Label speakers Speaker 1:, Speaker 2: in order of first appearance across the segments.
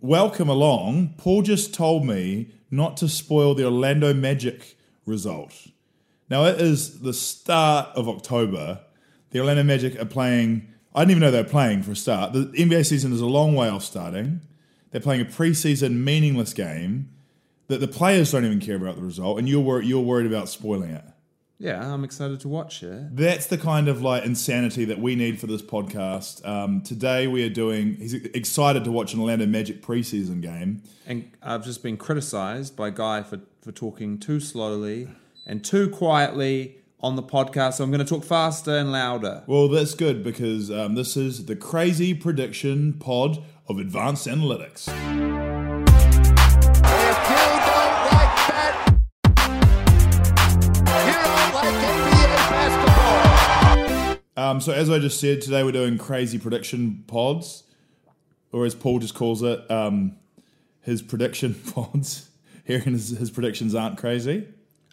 Speaker 1: welcome along. Paul just told me not to spoil the Orlando Magic result. Now it is the start of October. The Orlando Magic are playing. I didn't even know they were playing for a start. The NBA season is a long way off starting. They're playing a preseason meaningless game that the players don't even care about the result, and you're wor- you're worried about spoiling it.
Speaker 2: Yeah, I'm excited to watch it.
Speaker 1: That's the kind of like insanity that we need for this podcast. Um, today we are doing. He's excited to watch an Orlando Magic preseason game.
Speaker 2: And I've just been criticised by Guy for, for talking too slowly and too quietly on the podcast. So I'm going to talk faster and louder.
Speaker 1: Well, that's good because um, this is the crazy prediction pod of advanced analytics.
Speaker 3: If you don't like that, you don't like NBA basketball.
Speaker 1: Um, so, as I just said, today we're doing crazy prediction pods, or as Paul just calls it, um, his prediction pods. Hearing his, his predictions aren't crazy.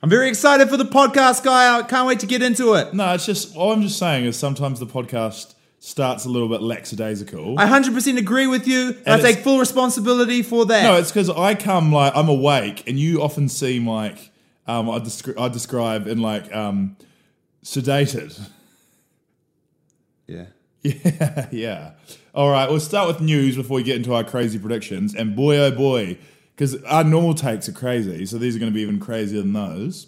Speaker 2: I'm very excited for the podcast, Guy. I can't wait to get into it.
Speaker 1: No, it's just all I'm just saying is sometimes the podcast starts a little bit lackadaisical.
Speaker 2: I 100% agree with you. And I
Speaker 1: it's-
Speaker 2: take full responsibility for that.
Speaker 1: No, it's because I come like I'm awake, and you often seem like um, I, descri- I describe in like um, sedated.
Speaker 2: yeah.
Speaker 1: Yeah, yeah. All right, we'll start with news before we get into our crazy predictions. And boy, oh boy, because our normal takes are crazy, so these are going to be even crazier than those.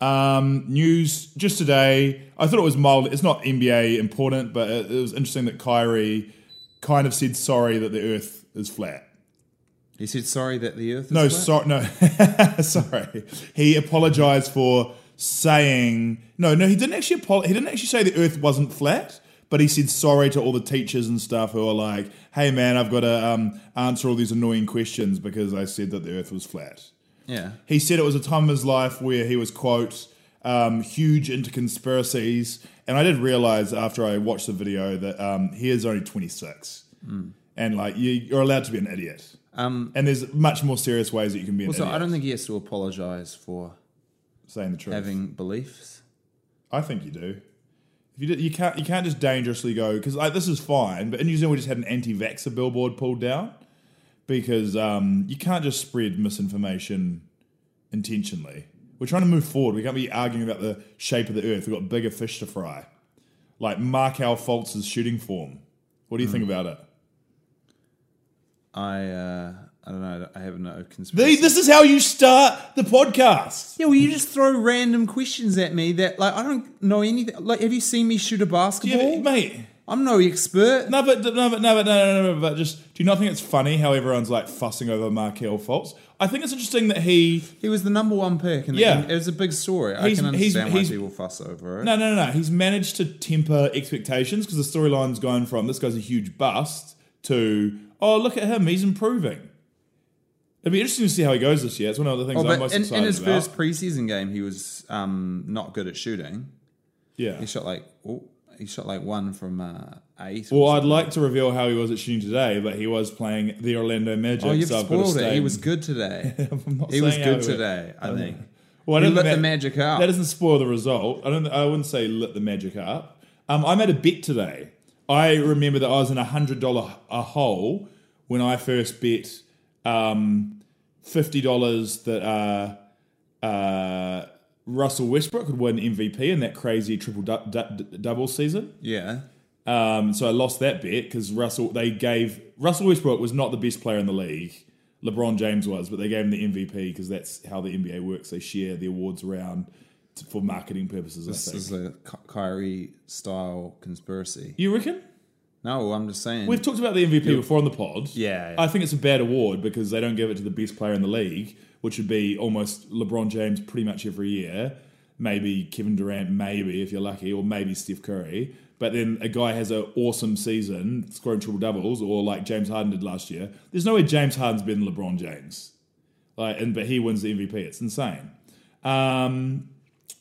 Speaker 1: Um, news just today. I thought it was mild. It's not NBA important, but it, it was interesting that Kyrie kind of said sorry that the Earth is flat.
Speaker 2: He said sorry that the earth is
Speaker 1: No,
Speaker 2: flat.
Speaker 1: sorry, no, sorry. He apologized for saying no, no. He didn't actually apo- he didn't actually say the Earth wasn't flat, but he said sorry to all the teachers and stuff who are like, "Hey, man, I've got to um, answer all these annoying questions because I said that the Earth was flat."
Speaker 2: Yeah.
Speaker 1: He said it was a time of his life where he was quote um, huge into conspiracies, and I did realize after I watched the video that um, he is only twenty six, and like you, you're allowed to be an idiot.
Speaker 2: Hmm. Um,
Speaker 1: And there's much more serious ways that you can be an
Speaker 2: also,
Speaker 1: idiot
Speaker 2: I don't think he has to apologize for
Speaker 1: saying the truth.
Speaker 2: having beliefs.
Speaker 1: I think you do. If you, did, you can't you can't just dangerously go because like, this is fine. But in New Zealand, we just had an anti-vaxxer billboard pulled down because um, you can't just spread misinformation intentionally. We're trying to move forward. We can't be arguing about the shape of the earth. We've got bigger fish to fry. Like Mark Al Fultz's shooting form. What do you think about it?
Speaker 2: I uh, I don't know. I have no conspiracy.
Speaker 1: The- This is how you start the podcast.
Speaker 2: Yeah, well, you just throw random questions at me that, like, I don't know anything. Like, have you seen me shoot
Speaker 1: Do
Speaker 2: a
Speaker 1: you-
Speaker 2: basketball?
Speaker 1: mate.
Speaker 2: I'm no expert.
Speaker 1: No, but no, but no, but no, no, no, no, but just do you not think it's funny how everyone's like fussing over Markel Fultz? I think it's interesting that he
Speaker 2: He was the number one pick, and
Speaker 1: Yeah.
Speaker 2: it was a big story. I
Speaker 1: He's-
Speaker 2: can
Speaker 1: he's-
Speaker 2: understand
Speaker 1: he's-
Speaker 2: why people fuss over it.
Speaker 1: no, no, no, no. He's managed to temper expectations because the storyline's gone from this guy's a huge bust to oh look at him, he's improving. It'd be interesting to see how he goes this year. It's one of the things
Speaker 2: Oh,
Speaker 1: I'm
Speaker 2: but
Speaker 1: most
Speaker 2: in,
Speaker 1: excited
Speaker 2: in his
Speaker 1: about.
Speaker 2: first preseason game, he was um, not good at shooting.
Speaker 1: yeah.
Speaker 2: He shot like oh, he shot like one from uh, eight.
Speaker 1: Well, I'd like to reveal how he was at shooting today, but he was playing the Orlando Magic.
Speaker 2: oh, you've
Speaker 1: so I've got to
Speaker 2: spoiled it.
Speaker 1: stay-
Speaker 2: He was good today.
Speaker 1: I'm not
Speaker 2: he was
Speaker 1: saying
Speaker 2: good
Speaker 1: how
Speaker 2: today. I think.
Speaker 1: Well, I
Speaker 2: He
Speaker 1: don't
Speaker 2: lit
Speaker 1: think
Speaker 2: the magic up.
Speaker 1: That doesn't spoil the result. I don't. I wouldn't say lit the magic up. Um, I made a bet today. I remember that I was in a hundred dollar a hole when I first bet um, fifty dollars that uh, uh, Russell Westbrook would win MVP in that crazy triple du- du- d- double season.
Speaker 2: Yeah.
Speaker 1: Um, so I lost that bet because Russell they gave Russell Westbrook was not the best player in the league. LeBron James was, but they gave him the MVP because that's how the NBA works. They share the awards around to, for marketing purposes. I
Speaker 2: This
Speaker 1: think.
Speaker 2: is a Ky- Kyrie style conspiracy.
Speaker 1: you reckon?
Speaker 2: No, I'm just saying.
Speaker 1: We've talked about the MVP before on the pod.
Speaker 2: Yeah.
Speaker 1: I think it's a bad award because they don't give it to the best player in the league, which would be almost LeBron James pretty much every year. Maybe Kevin Durant, maybe if you're lucky, or maybe Steph Curry. but then a guy has an awesome season, scoring triple doubles, or like James Harden did last year. There's no way James Harden's better than LeBron James. Like, and but he wins the MVP. It's insane. Um,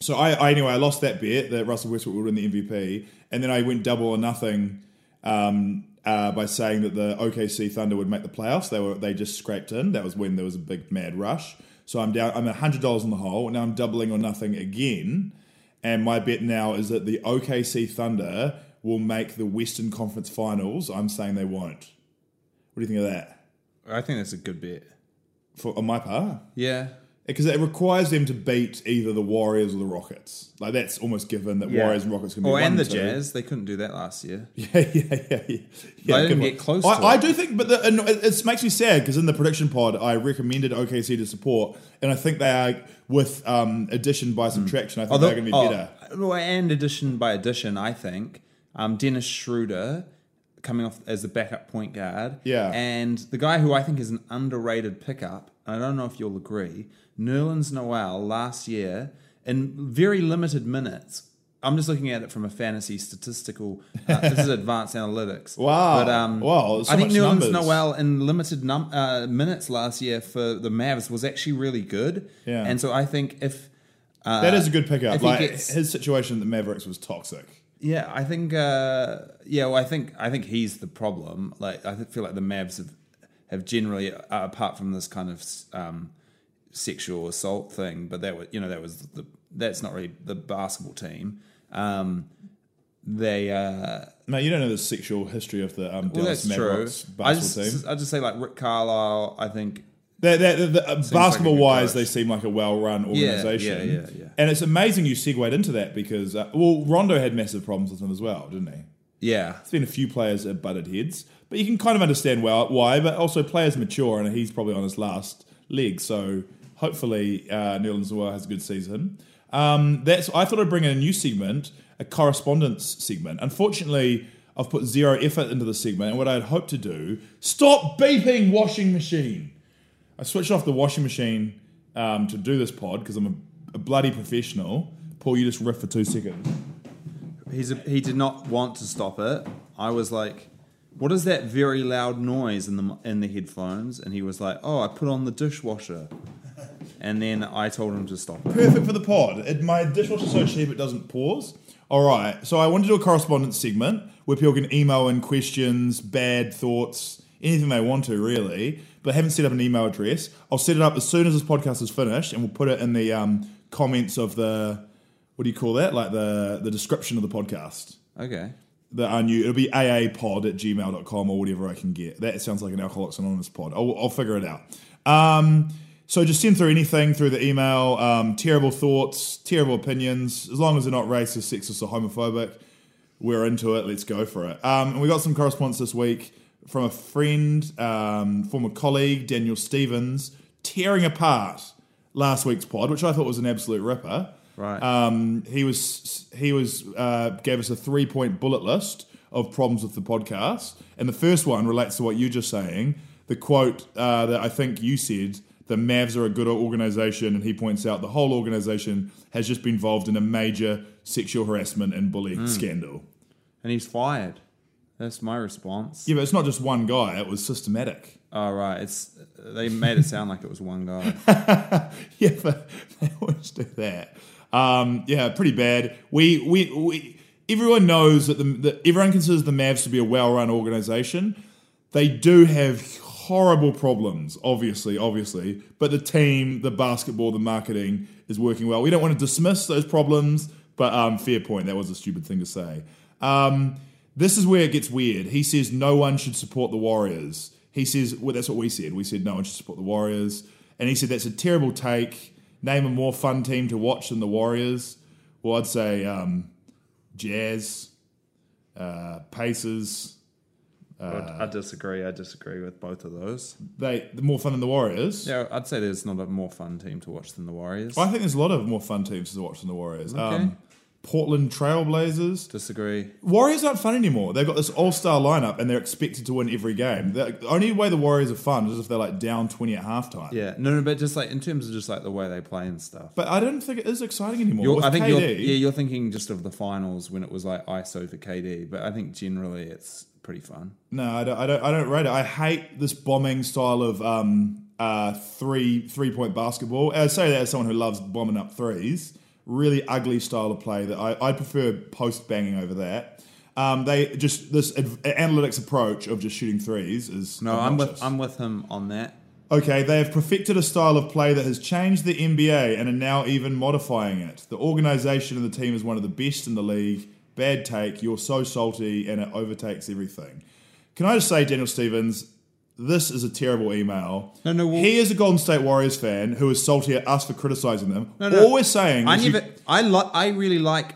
Speaker 1: so I, I anyway, I lost that bet that Russell Westbrook would win the MVP, and then I went double or nothing um, uh, by saying that the OKC Thunder would make the playoffs. They were they just scraped in. That was when there was a big mad rush. So I'm down. I'm hundred dollars in the hole. Now I'm doubling or nothing again, and my bet now is that the OKC Thunder will make the Western Conference Finals. I'm saying they won't. What do you think of that?
Speaker 2: I think that's a good bet.
Speaker 1: For on my part,
Speaker 2: Yeah.
Speaker 1: because it requires them to beat either the Warriors or the Rockets. Like that's almost given that Warriors and Rockets can be
Speaker 2: Oh,
Speaker 1: one
Speaker 2: and the
Speaker 1: two.
Speaker 2: Jazz. They couldn't do that last year.
Speaker 1: Yeah, yeah, yeah, yeah. yeah
Speaker 2: didn't
Speaker 1: good
Speaker 2: get
Speaker 1: one.
Speaker 2: close
Speaker 1: I,
Speaker 2: to
Speaker 1: I
Speaker 2: it.
Speaker 1: do think, but the, and it, it makes me sad because in the prediction pod, I recommended OKC to support, and I think they are with um, addition by
Speaker 2: Hmm.
Speaker 1: subtraction. I think they're going to be better.
Speaker 2: oh, well, and addition by addition, I think um, Dennis Schroeder coming off as the backup point guard.
Speaker 1: Yeah.
Speaker 2: and the guy who I think is an underrated pickup. And I don't know if you'll agree. Nerlens Noel last year in very limited minutes. I'm just looking at it from a fantasy statistical. Uh, this is advanced analytics. um,
Speaker 1: Wow. Wow, so
Speaker 2: I think
Speaker 1: much
Speaker 2: Nerlens
Speaker 1: numbers.
Speaker 2: Noel in limited num- uh, minutes last year for the Mavs was actually really good.
Speaker 1: Yeah.
Speaker 2: And so I think if
Speaker 1: that is a good pickup.
Speaker 2: oh, uh, if he
Speaker 1: Like
Speaker 2: gets-
Speaker 1: his situation at the Mavericks was toxic.
Speaker 2: Yeah, I think. Uh, yeah, well, I think I think he's the problem. Like, I feel like the Mavs have have generally, uh, apart from this kind of um, sexual assault thing, but that was you know that was the that's not really the basketball team. Um, they uh,
Speaker 1: No, you don't know the sexual history of the um,
Speaker 2: well,
Speaker 1: Dallas
Speaker 2: that's true.
Speaker 1: Mavericks
Speaker 2: I
Speaker 1: basketball team.
Speaker 2: just I just say like Rick Carlisle. I think
Speaker 1: They're, they're, they're- uh, basketball wise,
Speaker 2: coach.
Speaker 1: they seem like a well run organization.
Speaker 2: yeah, yeah, yeah.
Speaker 1: And it's amazing you segued into that because, uh, well, Rondo had massive problems with them as well, didn't he?
Speaker 2: yeah,
Speaker 1: There's been a few players that butted heads, but you can kind of understand well, why. But also, players mature, and he's probably on his last leg. So hopefully, uh, Nerlens Noel has a good season. Um, that's. I thought I'd bring in a new segment, a correspondence segment. Unfortunately, I've put zero effort into this segment, and what I'd hoped to do: stop beeping washing machine. I switched off the washing machine um, to do this pod because I'm a, a bloody professional. Paul, you just riff for two seconds.
Speaker 2: he's a, he did not want to stop it. I was like, "What is that very loud noise in the in the headphones?" And he was like, "Oh, I put on the dishwasher." And then I told him to stop it.
Speaker 1: perfect for the pod. It, my dishwasher's so cheap it doesn't pause. All right, so I want to do a correspondence segment where people can email in questions, bad thoughts, anything they want to really, but haven't set up an email address. I'll set it up as soon as this podcast is finished, and we'll put it in the um, comments of the what do you call that? Like the the description of the podcast.
Speaker 2: Okay.
Speaker 1: That our new it'll be aapod at gmail.com or whatever I can get. That sounds like an Alcoholics Anonymous pod. I'll, I'll figure it out. Um, so just send through anything through the email. Um, terrible thoughts, terrible opinions. As long as they're not racist, sexist, or homophobic, we're into it. Let's go for it. Um, and we got some correspondence this week from a friend, um, former colleague, Daniel Stevens, tearing apart last week's pod, which I thought was an absolute ripper.
Speaker 2: Right.
Speaker 1: Um, he was he was uh, gave us a three point bullet list of problems with the podcast, and the first one relates to what you're just saying. The quote uh, that I think you said: "The Mavs are a good organization," and he points out the whole organization has just been involved in a major sexual harassment and bullying scandal.
Speaker 2: And he's fired. That's my response.
Speaker 1: Yeah, but it's not just one guy; it was systematic.
Speaker 2: All right. It's they made it sound like it was one guy.
Speaker 1: yeah, but they always do that. Um, yeah, pretty bad. We we, we everyone knows that the that everyone considers the Mavs to be a well-run organization. They do have horrible problems, obviously, obviously, but the team, the basketball, the marketing is working well. We don't want to dismiss those problems, but um, fair point. That was a stupid thing to say. Um, this is where it gets weird. He says no one should support the Warriors. He says well, that's what we said. We said no one should support the Warriors, and he said that's a terrible take. Name a more fun team to watch than the Warriors. Well, I'd say um, Jazz, uh, Pacers.
Speaker 2: I disagree. I disagree with both of those.
Speaker 1: They more fun than the Warriors.
Speaker 2: Yeah, I'd say there's not a more fun team to watch than the Warriors.
Speaker 1: I think there's a lot of more fun teams to watch than the Warriors.
Speaker 2: Okay.
Speaker 1: Um, Portland Trailblazers.
Speaker 2: Disagree.
Speaker 1: Warriors aren't fun anymore. They've got this all star lineup and they're expected to win every game. The the only way the Warriors are fun is if they're like down 20 at halftime.
Speaker 2: Yeah, no, no, but just like in terms of just like the way they play and stuff.
Speaker 1: But I don't think it is exciting anymore.
Speaker 2: You're,
Speaker 1: With
Speaker 2: I think
Speaker 1: KD,
Speaker 2: you're, yeah, you're thinking just of the finals when it was like ISO for KD, but I think generally it's pretty fun.
Speaker 1: No, I don't, I don't. I don't rate it. I hate this bombing style of um, uh, three three point basketball. And I say that as someone who loves bombing up threes. Really ugly style of play that I, I prefer post banging over that. Um, they just this ad- analytics approach of just shooting threes is
Speaker 2: No, I'm with
Speaker 1: obnoxious.
Speaker 2: I'm with him on that.
Speaker 1: Okay, they have perfected a style of play that has changed the NBA and are now even modifying it. The organization of the team is one of the best in the league. Bad take, you're so salty, and it overtakes everything. Can I just say, Daniel Stevens, this is a terrible email.
Speaker 2: No, no, well-
Speaker 1: he is a Golden State Warriors fan who is salty at us for criticizing them.
Speaker 2: No, no.
Speaker 1: All we're saying
Speaker 2: I
Speaker 1: is
Speaker 2: never.
Speaker 1: you,
Speaker 2: I li- I really like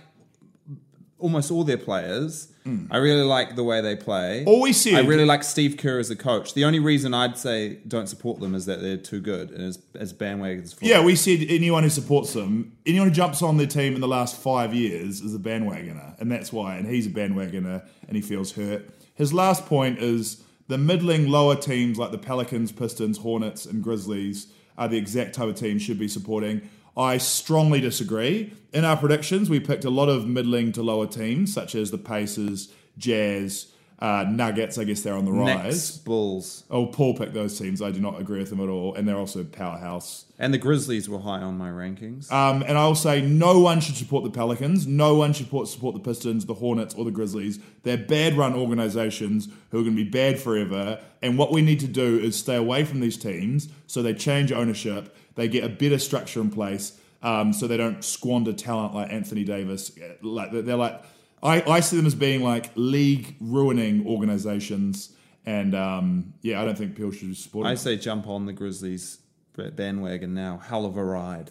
Speaker 2: almost all their players. I really like the way they play.
Speaker 1: all we said
Speaker 2: I really like Steve Kerr as a coach. The only reason I'd say don't support them is that they're too good and as, as bandwagons. For
Speaker 1: Yeah, we said anyone who supports them, anyone who jumps on their team in the last five years is a bandwagoner, and that's why. And he's a bandwagoner, and he feels hurt. His last point is the middling lower teams like the Pelicans, Pistons, Hornets, and Grizzlies are the exact type of team should be supporting. I strongly disagree. In our predictions, we picked a lot of middling to lower teams, such as the Pacers, Jazz, uh, Nuggets. I guess they're on the rise.
Speaker 2: Knicks, Bulls,
Speaker 1: Oh, Paul picked those teams. I do not agree with them at all, and they're also powerhouse.
Speaker 2: and the Grizzlies were high on my rankings.
Speaker 1: Um, and I'll say no one should support the Pelicans. No one should support, support the Pistons, the Hornets, or the Grizzlies. They're bad run organizations who are going to be bad forever. And what we need to do is stay away from these teams so they change ownership, they get a better structure in place, um, so they don't squander talent like Anthony Davis. Uh, Like They're like, I, I see them as being like league ruining organizations. And um, yeah, I don't think people should support them.
Speaker 2: I say jump on the Grizzlies bandwagon now. Hell of a ride.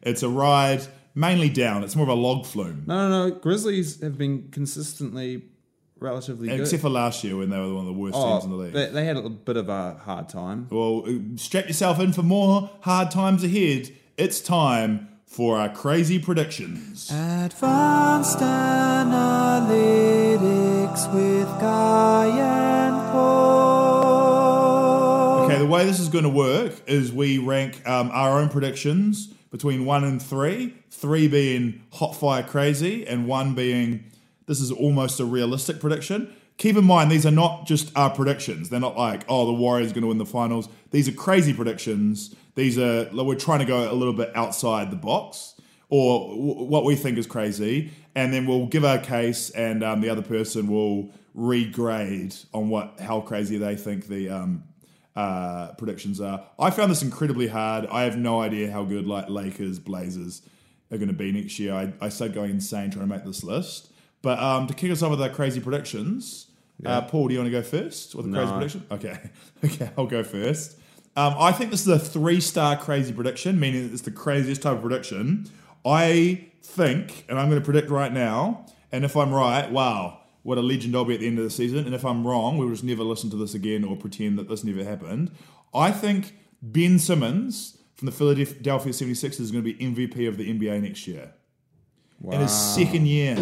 Speaker 1: it's a ride mainly down, it's more of a log flume.
Speaker 2: No, no, no. Grizzlies have been consistently relatively good.
Speaker 1: Except for last year when they were one of the worst
Speaker 2: Oh,
Speaker 1: teams in the league.
Speaker 2: they, they had a bit of a hard time.
Speaker 1: well, uh, strap yourself in for more hard times ahead. It's time for our crazy predictions.
Speaker 2: Uh,
Speaker 4: Advanced analytics with Guy and Paul.
Speaker 1: Okay, the way this is going to work is we rank um, our own predictions between one and three, three being hot fire crazy, and one being this is almost a realistic prediction. Keep in mind, these are not just our predictions. They're not like, oh, the Warriors are going to win the finals. These are crazy predictions. These are, like, we're trying to go a little bit outside the box or w- what we think is crazy. And then we'll give our case, and um, the other person will regrade on what how crazy they think the um, uh, predictions are. I found this incredibly hard. I have no idea how good like Lakers, Blazers are going to be next year. I, I started going insane trying to make this list. But um, to kick us off with our crazy predictions, uh, Paul, do you want to go first with a crazy prediction? Okay, okay, I'll go first. Um, I think this is a three-star crazy prediction, meaning it's the craziest type of prediction. I think, and I'm going to predict right now, and if I'm right, wow, what a legend I'll be at the end of the season. And if I'm wrong, we'll just never listen to this again or pretend that this never happened. I think Ben Simmons from the Philadelphia 76ers is going to be MVP of the NBA next year
Speaker 2: Wow.
Speaker 1: in his second year.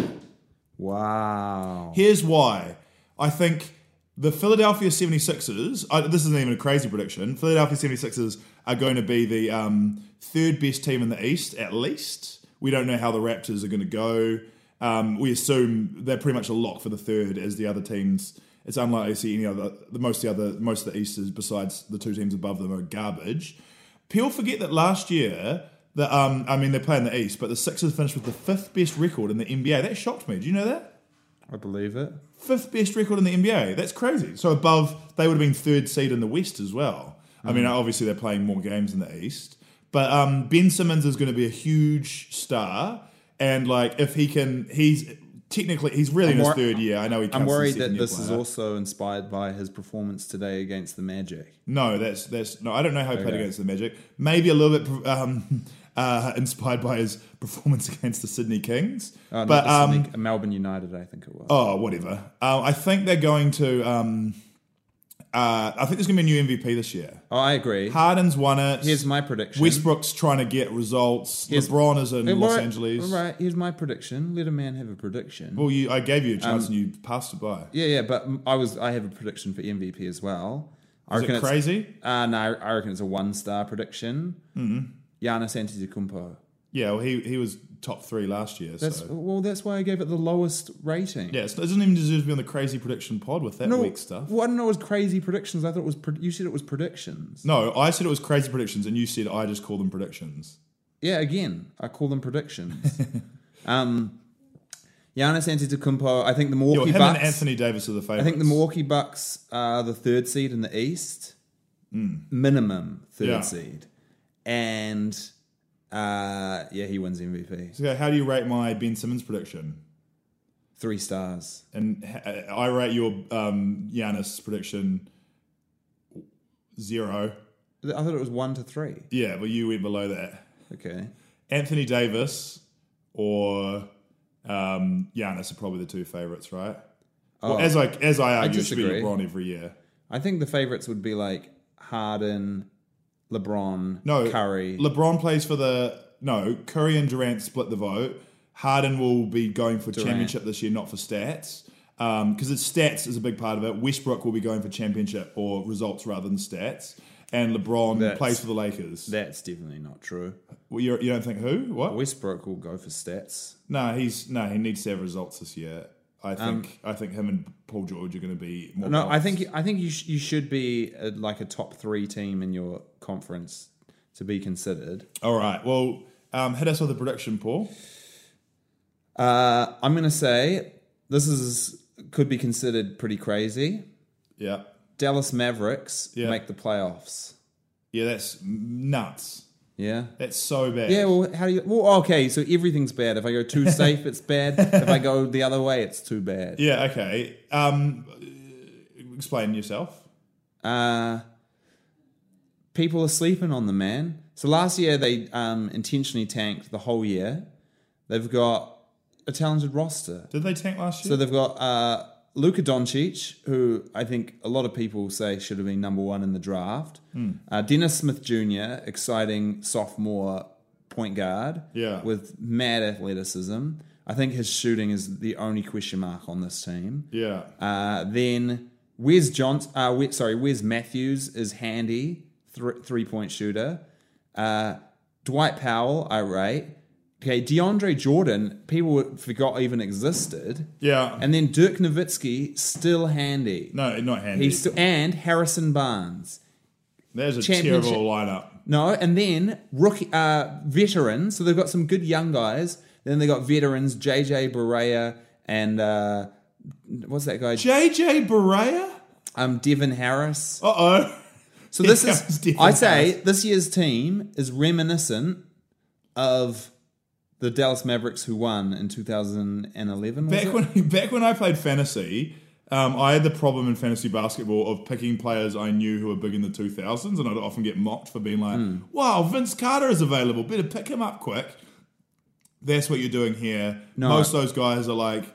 Speaker 2: wow.
Speaker 1: Here's why. I think the Philadelphia 76ers, I, this isn't even a crazy prediction, Philadelphia 76ers are going to be the um, third best team in the East, at least. We don't know how the Raptors are going to go. Um, we assume they're pretty much a lock for the third, as the other teams. It's unlikely to see any other. The most of the other most of the Easters, besides the two teams above them, are garbage. People forget that last year, that um, I mean, they're playing the East, but the Sixers finished with the fifth best record in the NBA. That shocked me. Do you know that?
Speaker 2: I believe it.
Speaker 1: fifth best record in the NBA. That's crazy. So above, they would have been third seed in the West as well. I
Speaker 2: Mm.
Speaker 1: mean, obviously they're playing more games in the East, but um, Ben Simmons is going to be a huge star, and like if he can, he's technically he's really in his
Speaker 2: wor-
Speaker 1: third year. I know he. Counts
Speaker 2: I'm
Speaker 1: as a
Speaker 2: worried that
Speaker 1: second-year
Speaker 2: this is
Speaker 1: player.
Speaker 2: also inspired by his performance today against the Magic.
Speaker 1: No, that's that's no. I don't know how he played
Speaker 2: Okay.
Speaker 1: against the Magic. Maybe a little bit um, uh, inspired by his performance against the Sydney Kings,
Speaker 2: Uh, not
Speaker 1: but
Speaker 2: the
Speaker 1: um,
Speaker 2: Sydney- Melbourne United, I think it was.
Speaker 1: Oh, whatever. Uh, I think they're going to. Um, Uh, I think there's going to be a new MVP this year.
Speaker 2: Oh, I agree.
Speaker 1: Harden's won it.
Speaker 2: Here's my prediction.
Speaker 1: Westbrook's trying to get results.
Speaker 2: Here's-
Speaker 1: LeBron is in
Speaker 2: Hey,
Speaker 1: Los
Speaker 2: right,
Speaker 1: Angeles.
Speaker 2: Right. Here's my prediction. Let a man have a prediction.
Speaker 1: Well, you, I gave you a
Speaker 2: Um,
Speaker 1: chance and you passed it by.
Speaker 2: yeah, yeah. But I was. I have a prediction for MVP as well. I
Speaker 1: Is
Speaker 2: reckon
Speaker 1: it
Speaker 2: it's-
Speaker 1: crazy?
Speaker 2: Uh, no, I- I reckon it's a one-star prediction. Mm-hmm. Giannis Antetokounmpo.
Speaker 1: Yeah, well, he, he was top three last year.
Speaker 2: That's
Speaker 1: so.
Speaker 2: well. That's why I gave it the lowest rating.
Speaker 1: Yeah, so it doesn't even deserve to be on the crazy prediction pod with that weak stuff.
Speaker 2: Well, I don't know. It was crazy predictions. I thought it was. Pre- you said it was predictions.
Speaker 1: No, I said it was crazy predictions, and you said I just call them predictions.
Speaker 2: Yeah, again, I call them predictions. um, Giannis Antetokounmpo. I think the
Speaker 1: Yeah, well,
Speaker 2: Milwaukee
Speaker 1: him
Speaker 2: Bucks.
Speaker 1: and Anthony Davis are the favorites.
Speaker 2: I think the Milwaukee Bucks are the third seed in the East, minimum third
Speaker 1: Hmm. Yeah.
Speaker 2: seed, and uh, yeah, he wins MVP.
Speaker 1: So how do you rate my Ben Simmons prediction?
Speaker 2: Three stars.
Speaker 1: And h- I rate your um, Giannis prediction zero.
Speaker 2: I thought it was one to three.
Speaker 1: Yeah, but you went below that.
Speaker 2: Okay.
Speaker 1: Anthony Davis or um, Giannis are probably the two favorites, right? Well, as I as I argue, it should be
Speaker 2: disagree.
Speaker 1: LeBron every year.
Speaker 2: I think the favorites would be like Harden, LeBron,
Speaker 1: No,
Speaker 2: Curry.
Speaker 1: LeBron plays for the no. Curry and Durant split the vote. Harden will be going for championship this year, not for stats, because it's stats is a big part of it. Westbrook will be going for championship or results rather than stats, and LeBron
Speaker 2: That's-
Speaker 1: plays for the Lakers.
Speaker 2: That's definitely not true.
Speaker 1: Well, you're, you don't think who? What?
Speaker 2: Westbrook will go for stats.
Speaker 1: no, he's no. He needs to have results this year. I think I think him and Paul George are going to be more.
Speaker 2: Um, No, I
Speaker 1: balanced.
Speaker 2: think I think you sh- you should be a, like a top three team in your conference to be considered.
Speaker 1: All right. Well, um, hit us with a prediction, Paul.
Speaker 2: Uh, I'm gonna say this is could be considered pretty crazy.
Speaker 1: Yeah.
Speaker 2: Dallas Mavericks
Speaker 1: Yeah.
Speaker 2: make the playoffs.
Speaker 1: Yeah, that's nuts.
Speaker 2: Yeah.
Speaker 1: That's so bad.
Speaker 2: Yeah, well, how do you? Well, okay, so everything's bad. If I go too safe, it's bad. If I go the other way, it's too bad.
Speaker 1: Yeah, okay. Um, uh, explain yourself.
Speaker 2: uh, people are sleeping on the man. So last year they um, intentionally tanked the whole year. They've got a talented roster.
Speaker 1: Did they tank last year?
Speaker 2: So they've got uh, Luka Doncic, who I think a lot of people say should have been number one in the draft. Uh, Dennis Smith Jr., exciting sophomore point guard,
Speaker 1: Yeah.
Speaker 2: with mad athleticism. I think his shooting is the only question mark on this team.
Speaker 1: yeah.
Speaker 2: Uh, then Wes Johnson, uh, Wes, sorry, Wes Matthews is handy thr three point shooter. Uh, Dwight Powell, I rate. Okay, DeAndre Jordan, people forgot even existed.
Speaker 1: yeah.
Speaker 2: And then Dirk Nowitzki, still handy.
Speaker 1: no, not handy.
Speaker 2: He's still, and Harrison Barnes.
Speaker 1: There's a
Speaker 2: championship-
Speaker 1: terrible lineup.
Speaker 2: No, and then rookie uh, veterans. So they've got some good young guys. Then they got veterans, JJ Barea and uh, what's that guy?
Speaker 1: JJ Barea?
Speaker 2: um, Devin Harris.
Speaker 1: Uh oh.
Speaker 2: So this
Speaker 1: Here comes
Speaker 2: is,
Speaker 1: Devin
Speaker 2: I say,
Speaker 1: Harris.
Speaker 2: this year's team is reminiscent of the Dallas Mavericks who won in 2011. Was
Speaker 1: Back
Speaker 2: it?
Speaker 1: when, back when I played fantasy, um, I had the problem in fantasy basketball of picking players I knew who were big in the 2000s, and I'd often get mocked for being like,
Speaker 2: Hmm.
Speaker 1: wow, Vince Carter is available. Better pick him up quick. That's what you're doing here.
Speaker 2: No.
Speaker 1: Most of those guys are like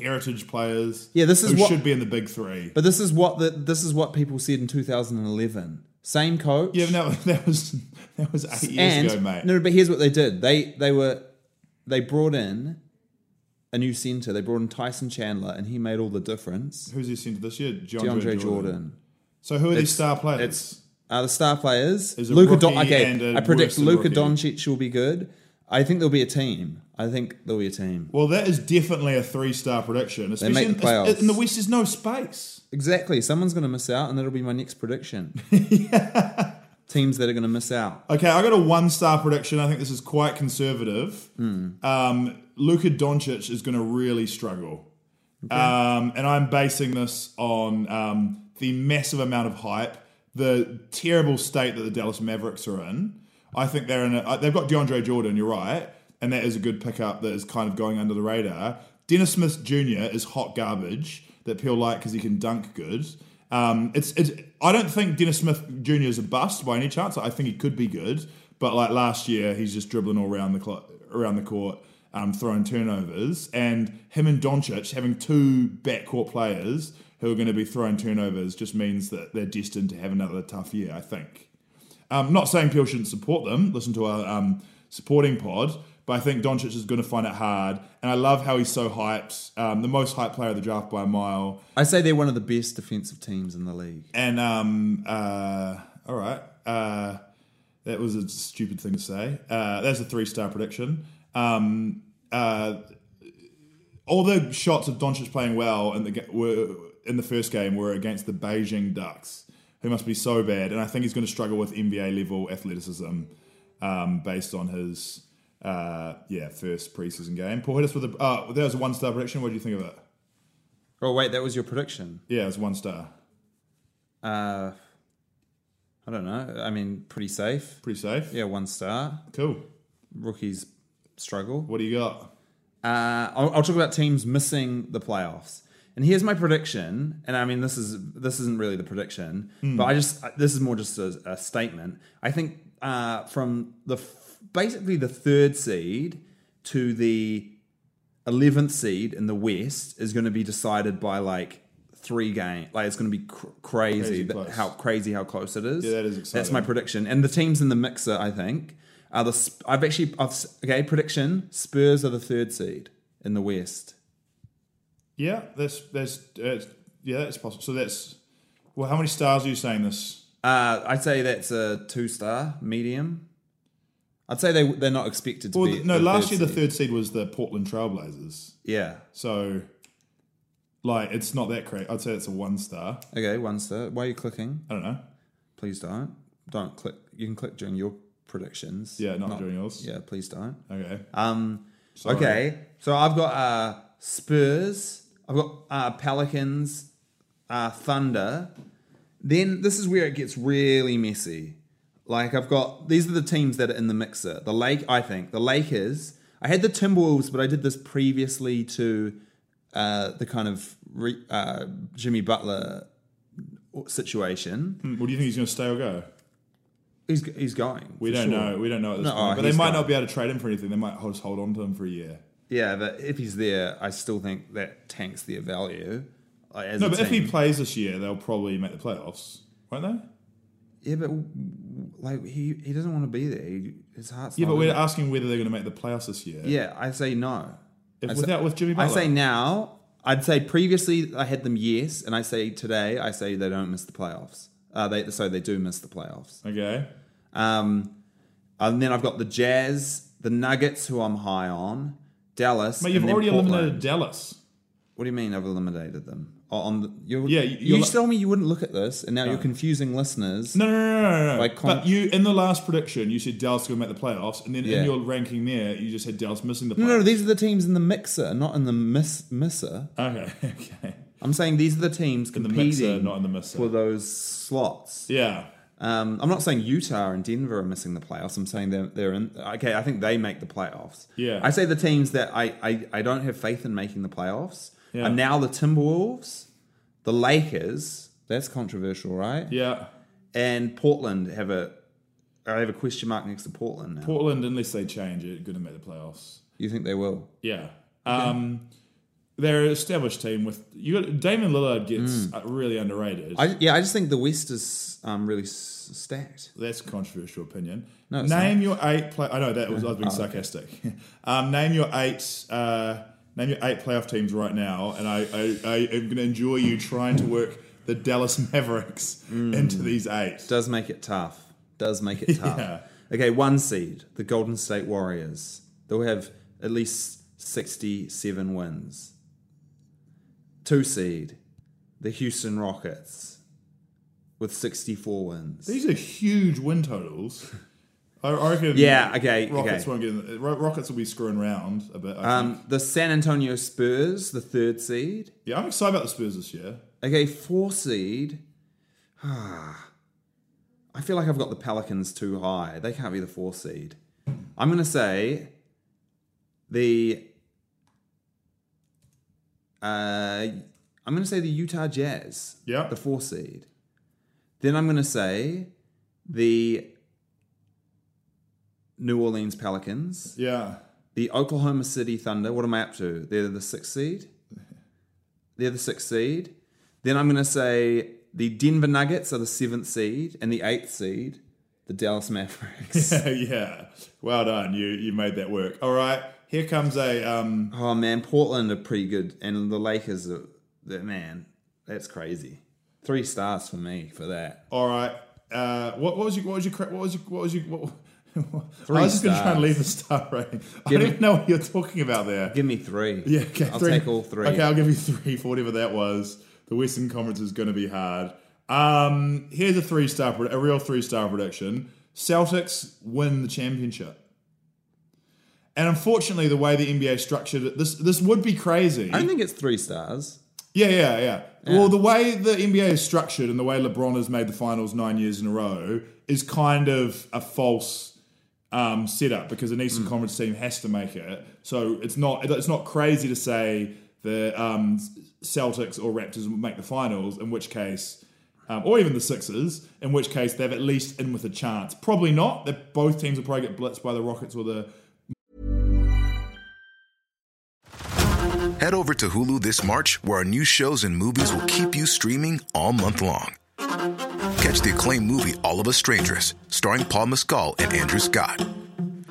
Speaker 1: heritage players
Speaker 2: Yeah, this is
Speaker 1: who
Speaker 2: what-
Speaker 1: should be in the big three.
Speaker 2: But this is what the, this is what people said in 2011. Same coach.
Speaker 1: Yeah, no, that was that was eight years
Speaker 2: and
Speaker 1: ago, mate.
Speaker 2: no, no, but here's what they did. They they were they brought in a new center. They brought in Tyson Chandler, and he made all the difference.
Speaker 1: Who's he sent this year? DeAndre,
Speaker 2: DeAndre
Speaker 1: Jordan.
Speaker 2: Jordan.
Speaker 1: So who are these star players?
Speaker 2: it's- Uh, the star players.
Speaker 1: Is a
Speaker 2: Luka
Speaker 1: rookie
Speaker 2: Don- okay,
Speaker 1: and a
Speaker 2: I predict
Speaker 1: worse than
Speaker 2: Luka
Speaker 1: rookie.
Speaker 2: Doncic will be good. I think there'll be a team. I think there'll be a team.
Speaker 1: well, that is definitely a three-star prediction. Especially
Speaker 2: make the
Speaker 1: in, it's-
Speaker 2: playoffs.
Speaker 1: in the West, there's no space.
Speaker 2: Exactly. Someone's going to miss out, and that'll be my next prediction. Teams that are going to miss out.
Speaker 1: Okay, I got a one-star prediction. I think this is quite conservative.
Speaker 2: Hmm.
Speaker 1: Um, Luka Doncic is going to really struggle, um, and I'm basing this on um, the massive amount of hype, the terrible state that the Dallas Mavericks are in. I think they're in. A, uh, they've got DeAndre Jordan. You're right, and that is a good pickup that is kind of going under the radar. Dennis Smith Jr. is hot garbage that people like because he can dunk good. Um, it's, it's I don't think Dennis Smith Jr. is a bust by any chance. I think he could be good, but like last year, he's just dribbling all around the clo around the court, um, throwing turnovers, and him and Doncic having two backcourt players who are going to be throwing turnovers just means that they're destined to have another tough year, I think. Um, not saying people shouldn't support them, listen to our um, supporting pod, but I think Doncic is going to find it hard. And I love how he's so hyped, um, the most hyped player of the draft by a mile.
Speaker 2: I say they're one of the best defensive teams in the league.
Speaker 1: And um, uh, all right, uh, that was a stupid thing to say. Uh, that's a three-star prediction. Um, uh, all the shots of Doncic playing well in the ga- were in the first game were against the Beijing Ducks, who must be so bad. And I think he's going to struggle with NBA level athleticism um, based on his uh, yeah first preseason game. Paul hit us with a uh, that was a one-star prediction. What do you think of it?
Speaker 2: Oh wait, that was your prediction.
Speaker 1: Yeah, it was one star.
Speaker 2: Uh, I don't know. I mean, pretty safe.
Speaker 1: Pretty safe.
Speaker 2: Yeah, one star.
Speaker 1: Cool.
Speaker 2: Rookies struggle.
Speaker 1: What do you got?
Speaker 2: Uh, I'll, I'll talk about teams missing the playoffs. And here's my prediction. And I mean, this is this isn't really the prediction, but I just this is more just a, a statement. I think uh, from the f- basically the third seed to the eleventh seed in the West is going to be decided by like three game. Like it's going to be cr- crazy,
Speaker 1: Crazy
Speaker 2: that-
Speaker 1: close.
Speaker 2: how crazy how close it is.
Speaker 1: Yeah, that is
Speaker 2: That's
Speaker 1: exciting.
Speaker 2: my prediction. And the teams in the mixer, I think, are the. Sp- I've actually. I've, s- okay, prediction: Spurs are the third seed in the West.
Speaker 1: Yeah, that's that's that's yeah, that's possible. So that's well, how many stars are you saying this?
Speaker 2: Uh, I'd say that's a two star medium. I'd say they they're not expected to
Speaker 1: Well,
Speaker 2: be.
Speaker 1: no,
Speaker 2: the
Speaker 1: last year the
Speaker 2: seed.
Speaker 1: third seed was the Portland Trailblazers.
Speaker 2: Yeah.
Speaker 1: So, like, it's not that great. I'd say it's a one star.
Speaker 2: Okay, one star. Why are you clicking?
Speaker 1: I don't know.
Speaker 2: Please don't. Don't click. You can click during your predictions.
Speaker 1: Yeah, not, doing yours.
Speaker 2: Yeah, please don't.
Speaker 1: Okay.
Speaker 2: Um,
Speaker 1: Sorry.
Speaker 2: Okay, so I've got uh, Spurs, I've got uh, Pelicans, uh, Thunder. Then this is where it gets really messy. Like I've got these are the teams that are in the mixer. The Lake, I think the Lakers. I had the Timberwolves, but I did this previously to uh, the kind of re, uh, Jimmy Butler situation.
Speaker 1: Hmm, Well, do you think he's going to stay or go?
Speaker 2: He's he's going.
Speaker 1: We don't know. We don't know at this
Speaker 2: No,
Speaker 1: point.
Speaker 2: oh,
Speaker 1: But they
Speaker 2: he's
Speaker 1: might
Speaker 2: gone.
Speaker 1: not be able to trade him for anything. They might just hold on to him for a year.
Speaker 2: Yeah, but if he's there, I still think that tanks their value. Like, as
Speaker 1: No,
Speaker 2: a
Speaker 1: but if he
Speaker 2: team.
Speaker 1: plays this year, they'll probably make the playoffs, won't they?
Speaker 2: yeah, but like he, he doesn't want to be there. He, his heart's
Speaker 1: Yeah,
Speaker 2: not
Speaker 1: but
Speaker 2: in
Speaker 1: we're
Speaker 2: it.
Speaker 1: asking whether they're going to make the playoffs this year.
Speaker 2: yeah. I say no.
Speaker 1: If,
Speaker 2: I say-
Speaker 1: without with Jimmy
Speaker 2: I
Speaker 1: Butler,
Speaker 2: say now. I'd say previously I had them yes, and I say today I say they don't miss the playoffs. Uh, they so they do miss the playoffs.
Speaker 1: Okay.
Speaker 2: Um, and then I've got the Jazz, the Nuggets, who I'm high on, Dallas.
Speaker 1: Mate, you've
Speaker 2: and then
Speaker 1: already
Speaker 2: Portland.
Speaker 1: eliminated Dallas.
Speaker 2: What do you mean I've eliminated them? Oh, on the, you're,
Speaker 1: Yeah, you-
Speaker 2: you
Speaker 1: you're-
Speaker 2: tell me you wouldn't look at this, and now you're confusing listeners.
Speaker 1: No, no, no, no, no, no.
Speaker 2: Like con-
Speaker 1: but you in the last prediction, you said Dallas going to make the playoffs, and then
Speaker 2: Yeah.
Speaker 1: in your ranking there, you just had Dallas missing the playoffs.
Speaker 2: No, no, these are the teams in the mixer, not in the miss, misser.
Speaker 1: okay, okay.
Speaker 2: I'm saying these are the teams
Speaker 1: In the
Speaker 2: competing
Speaker 1: mixer, not in the misser.
Speaker 2: for those slots.
Speaker 1: yeah,
Speaker 2: Um, I'm not saying Utah and Denver are missing the playoffs. I'm saying they're, they're in. Okay, I think they make the playoffs.
Speaker 1: Yeah.
Speaker 2: I say the teams that I, I, I don't have faith in making the playoffs
Speaker 1: Yeah.
Speaker 2: are now the Timberwolves, the Lakers. That's controversial, right?
Speaker 1: yeah.
Speaker 2: And Portland have a. I have a question mark next to Portland now.
Speaker 1: Portland, unless they change it, going to make the playoffs.
Speaker 2: you think they will?
Speaker 1: Yeah. Um, they're an established team with you. Got, Damon Lillard gets uh really underrated.
Speaker 2: Mm. I, yeah, I just think the West is um, really s- stacked.
Speaker 1: That's a controversial opinion.
Speaker 2: No, it's Oh,
Speaker 1: name your eight. Play- I know that was I was being sarcastic. um, name your eight. Uh, name your eight playoff teams right now, and I, I, I am going to enjoy you trying to work the Dallas Mavericks into these eight.
Speaker 2: Hmm. Does make it tough. Does make it tough.
Speaker 1: Yeah.
Speaker 2: Okay, one seed, the Golden State Warriors. They'll have at least 67 wins. Two seed, the Houston Rockets with 64 wins.
Speaker 1: These are huge win totals. I, I reckon.
Speaker 2: Yeah, okay,
Speaker 1: Rockets
Speaker 2: okay.
Speaker 1: won't get. In the, Ro- Rockets will be screwing around a bit. I think.
Speaker 2: Um, the San Antonio Spurs, the third seed.
Speaker 1: Yeah, I'm excited about the Spurs this year.
Speaker 2: Okay, four seed. Ah, I feel like I've got the Pelicans too high. They can't be the four seed. I'm going to say the. Uh, I'm going to say the Utah Jazz.
Speaker 1: Yeah.
Speaker 2: The four seed. Then I'm going to say the New Orleans Pelicans.
Speaker 1: Yeah,
Speaker 2: The Oklahoma City Thunder, what am I up to? They're the sixth seed. They're the sixth seed. Then I'm going to say the Denver Nuggets are the seventh seed and the eighth seed, the Dallas Mavericks.
Speaker 1: yeah. Well done. You you made that work. All right. Here comes a um
Speaker 2: Oh man, Portland are pretty good, and the Lakers are. that- Man, that's crazy. Three stars for me for that.
Speaker 1: all right. Uh what, what was your what was your cra- what was your what was your what, I was just
Speaker 2: Three
Speaker 1: gonna try and
Speaker 2: stars.
Speaker 1: leave a star rating. I don't
Speaker 2: me-
Speaker 1: even know what you're talking about there.
Speaker 2: Give me three.
Speaker 1: Yeah, okay,
Speaker 2: I'll
Speaker 1: three.
Speaker 2: take all three.
Speaker 1: Okay, I'll give you three for whatever that was. The Western Conference is going to be hard. Um, here's a three star, a real three star prediction: Celtics win the championship. And unfortunately, the way the NBA structured it, this this would be crazy.
Speaker 2: I don't think it's three stars.
Speaker 1: Yeah, yeah, yeah, Well, the way the NBA is structured and the way LeBron has made the finals nine years in a row is kind of a false um, setup because an
Speaker 2: Mm.
Speaker 1: Eastern Conference team has to make it. So it's not it- it's not crazy to say the um, Celtics or Raptors will make the finals, in which case. Um, or even the Sixers, in which case they've at least in with a chance. Probably not. That both teams will probably get blitzed by the Rockets or the
Speaker 5: Head over to Hulu this March, where our new shows and movies will keep you streaming all month long. Catch the acclaimed movie All of Us Strangers, starring Paul Mescal and Andrew Scott.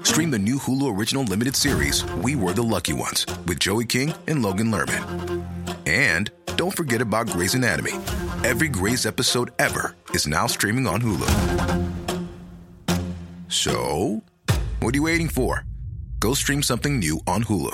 Speaker 5: Stream the new Hulu original limited series We Were the Lucky Ones with Joey King and Logan Lerman. And don't forget about Grey's Anatomy. Every Grey's episode ever is now streaming on Hulu. So, what are you waiting for? Go stream something new on Hulu.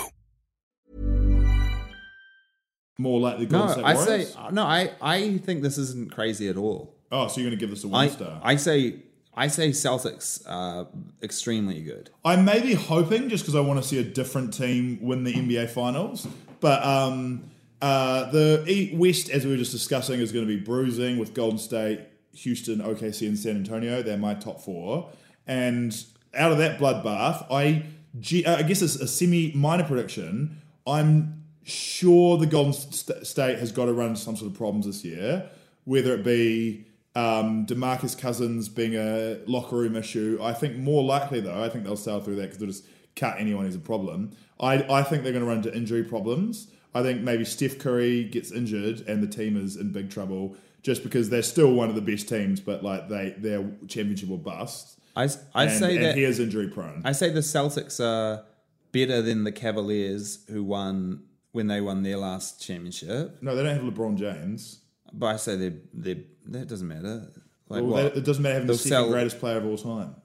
Speaker 1: more likely
Speaker 2: No,
Speaker 1: Golden State
Speaker 2: I
Speaker 1: Warriors.
Speaker 2: say no. I I think this isn't crazy at all.
Speaker 1: oh, so you're going to give this a one
Speaker 2: I
Speaker 1: star?
Speaker 2: I say I say Celtics are extremely good.
Speaker 1: I may be hoping just because I want to see a different team win the NBA Finals, but um, uh, the E- West, as we were just discussing, is going to be bruising with Golden State, Houston, OKC, and San Antonio. They're my top four, and out of that bloodbath, I ge- uh, I guess it's a semi minor prediction. I'm sure the Golden St- State has got to run into some sort of problems this year, whether it be um, Demarcus Cousins being a locker room issue. I think more likely though, I think they'll sail through that because they'll just cut anyone who's a problem. I, I think they're going to run into injury problems. I think maybe Steph Curry gets injured and the team is in big trouble just because they're still one of the best teams, but like they they're championship or bust.
Speaker 2: I s- I
Speaker 1: and,
Speaker 2: say
Speaker 1: and
Speaker 2: that
Speaker 1: he is injury prone.
Speaker 2: I say the Celtics are better than the Cavaliers who won when they won their last championship.
Speaker 1: no, they don't have LeBron James.
Speaker 2: But I say they they that doesn't matter. Like
Speaker 1: Well,
Speaker 2: what?
Speaker 1: that, it doesn't matter having the
Speaker 2: They'll
Speaker 1: second
Speaker 2: sell-
Speaker 1: greatest player of all time.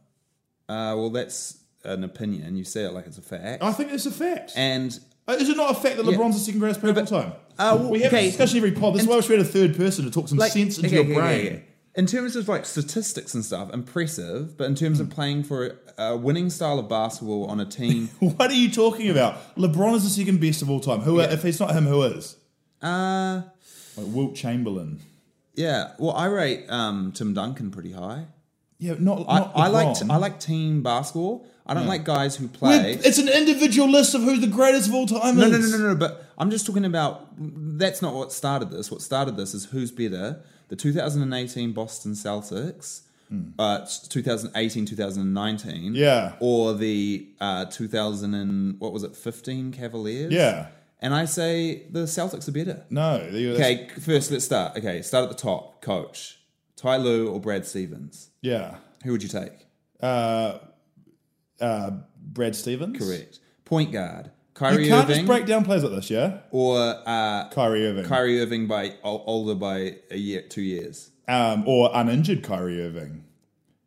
Speaker 2: Uh, well, that's an opinion. You say it like it's a fact.
Speaker 1: I think it's a fact.
Speaker 2: and
Speaker 1: Uh, Is it not a fact that LeBron's the second greatest player of all time?
Speaker 2: Uh, well,
Speaker 1: we have a
Speaker 2: okay.
Speaker 1: discussion every pod. That's why I wish we had a third person to talk some sense into
Speaker 2: okay, okay,
Speaker 1: your brain.
Speaker 2: okay, okay. In terms of like statistics and stuff, impressive. But in terms
Speaker 1: Hmm.
Speaker 2: of playing for a winning style of basketball on a team,
Speaker 1: What are you talking about? LeBron is the second best of all time. Who, if it's not him, who is?
Speaker 2: uh,
Speaker 1: Like Wilt Chamberlain.
Speaker 2: yeah. Well, I rate um, Tim Duncan pretty high.
Speaker 1: Yeah, not.
Speaker 2: I,
Speaker 1: not
Speaker 2: I like
Speaker 1: LeBron.
Speaker 2: I like team basketball. I don't like guys who
Speaker 1: We're-
Speaker 2: play.
Speaker 1: It's an individual list of who the greatest of all time
Speaker 2: No,
Speaker 1: is.
Speaker 2: no, no, no, no. But I'm just talking about. That's not what started this. What started this is who's better: the 2018 Boston Celtics, uh, 2018, 2019,
Speaker 1: Hmm. Yeah.
Speaker 2: or the uh, 2000 and what was it, 15 Cavaliers?
Speaker 1: Yeah.
Speaker 2: And I say the Celtics are better.
Speaker 1: No. you- that's-
Speaker 2: Okay, first let's start. Okay, start at the top. Coach Ty Lue or Brad Stevens?
Speaker 1: Yeah.
Speaker 2: Who would you take?
Speaker 1: Uh, uh, Brad Stevens.
Speaker 2: Correct. Point guard
Speaker 1: You
Speaker 2: Kyrie
Speaker 1: can't
Speaker 2: Irving
Speaker 1: just break down players like this, yeah?
Speaker 2: or uh,
Speaker 1: Kyrie Irving.
Speaker 2: Kyrie Irving by o- older by a year, two years.
Speaker 1: um, or uninjured Kyrie Irving.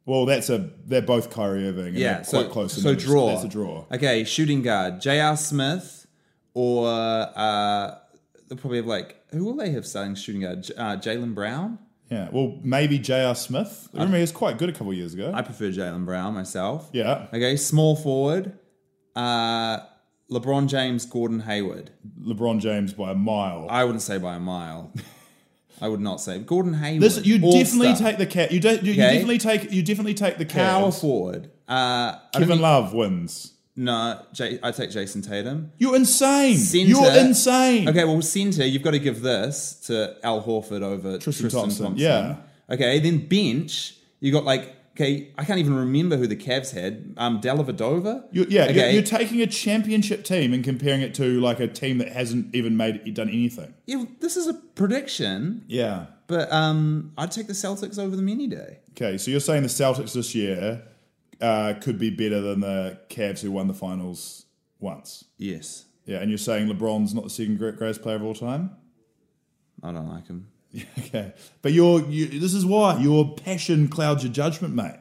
Speaker 1: Well, that's a they're both Kyrie Irving. And
Speaker 2: Yeah,
Speaker 1: they're
Speaker 2: so
Speaker 1: quite close.
Speaker 2: so
Speaker 1: in those.
Speaker 2: draw.
Speaker 1: That's a draw.
Speaker 2: Okay, shooting guard J.R. Smith or uh, they'll probably have like who will they have starting shooting guard J- uh, Jalen Brown?
Speaker 1: Yeah. Well, maybe J.R. Smith. I remember he was quite good a couple of years ago.
Speaker 2: I prefer Jalen Brown myself.
Speaker 1: yeah.
Speaker 2: Okay, small forward uh, LeBron James, Gordon Hayward.
Speaker 1: LeBron James by a mile.
Speaker 2: I wouldn't say by a mile. I would not say Gordon Hayward.
Speaker 1: this you
Speaker 2: All-star.
Speaker 1: definitely take the cat. You, do, you, you
Speaker 2: Okay.
Speaker 1: definitely take you definitely take the
Speaker 2: power
Speaker 1: cat.
Speaker 2: forward. Uh, I don't
Speaker 1: Kevin
Speaker 2: think-
Speaker 1: Love wins.
Speaker 2: no, J- I take Jason Tatum.
Speaker 1: You're insane.
Speaker 2: Center.
Speaker 1: Hmm. You're insane.
Speaker 2: Okay, well, center, you've got to give this to Al Horford over Tristan,
Speaker 1: Thompson,
Speaker 2: Thompson.
Speaker 1: yeah.
Speaker 2: Okay, then bench, you got like Okay, I can't even remember who the Cavs had. Um, Dellavedova.
Speaker 1: You're, yeah, you're-
Speaker 2: okay.
Speaker 1: you're, taking a championship team and comparing it to like a team that hasn't even made done anything.
Speaker 2: yeah, this is a prediction,
Speaker 1: Yeah.
Speaker 2: but um, I'd take the Celtics over them any day.
Speaker 1: Okay, so you're saying the Celtics this year uh, could be better than the Cavs who won the finals once.
Speaker 2: Yes,
Speaker 1: Yeah, and you're saying LeBron's not the second gre- greatest player of all time.
Speaker 2: I don't like them.
Speaker 1: Okay, but your you, this is why your passion clouds your judgment, mate.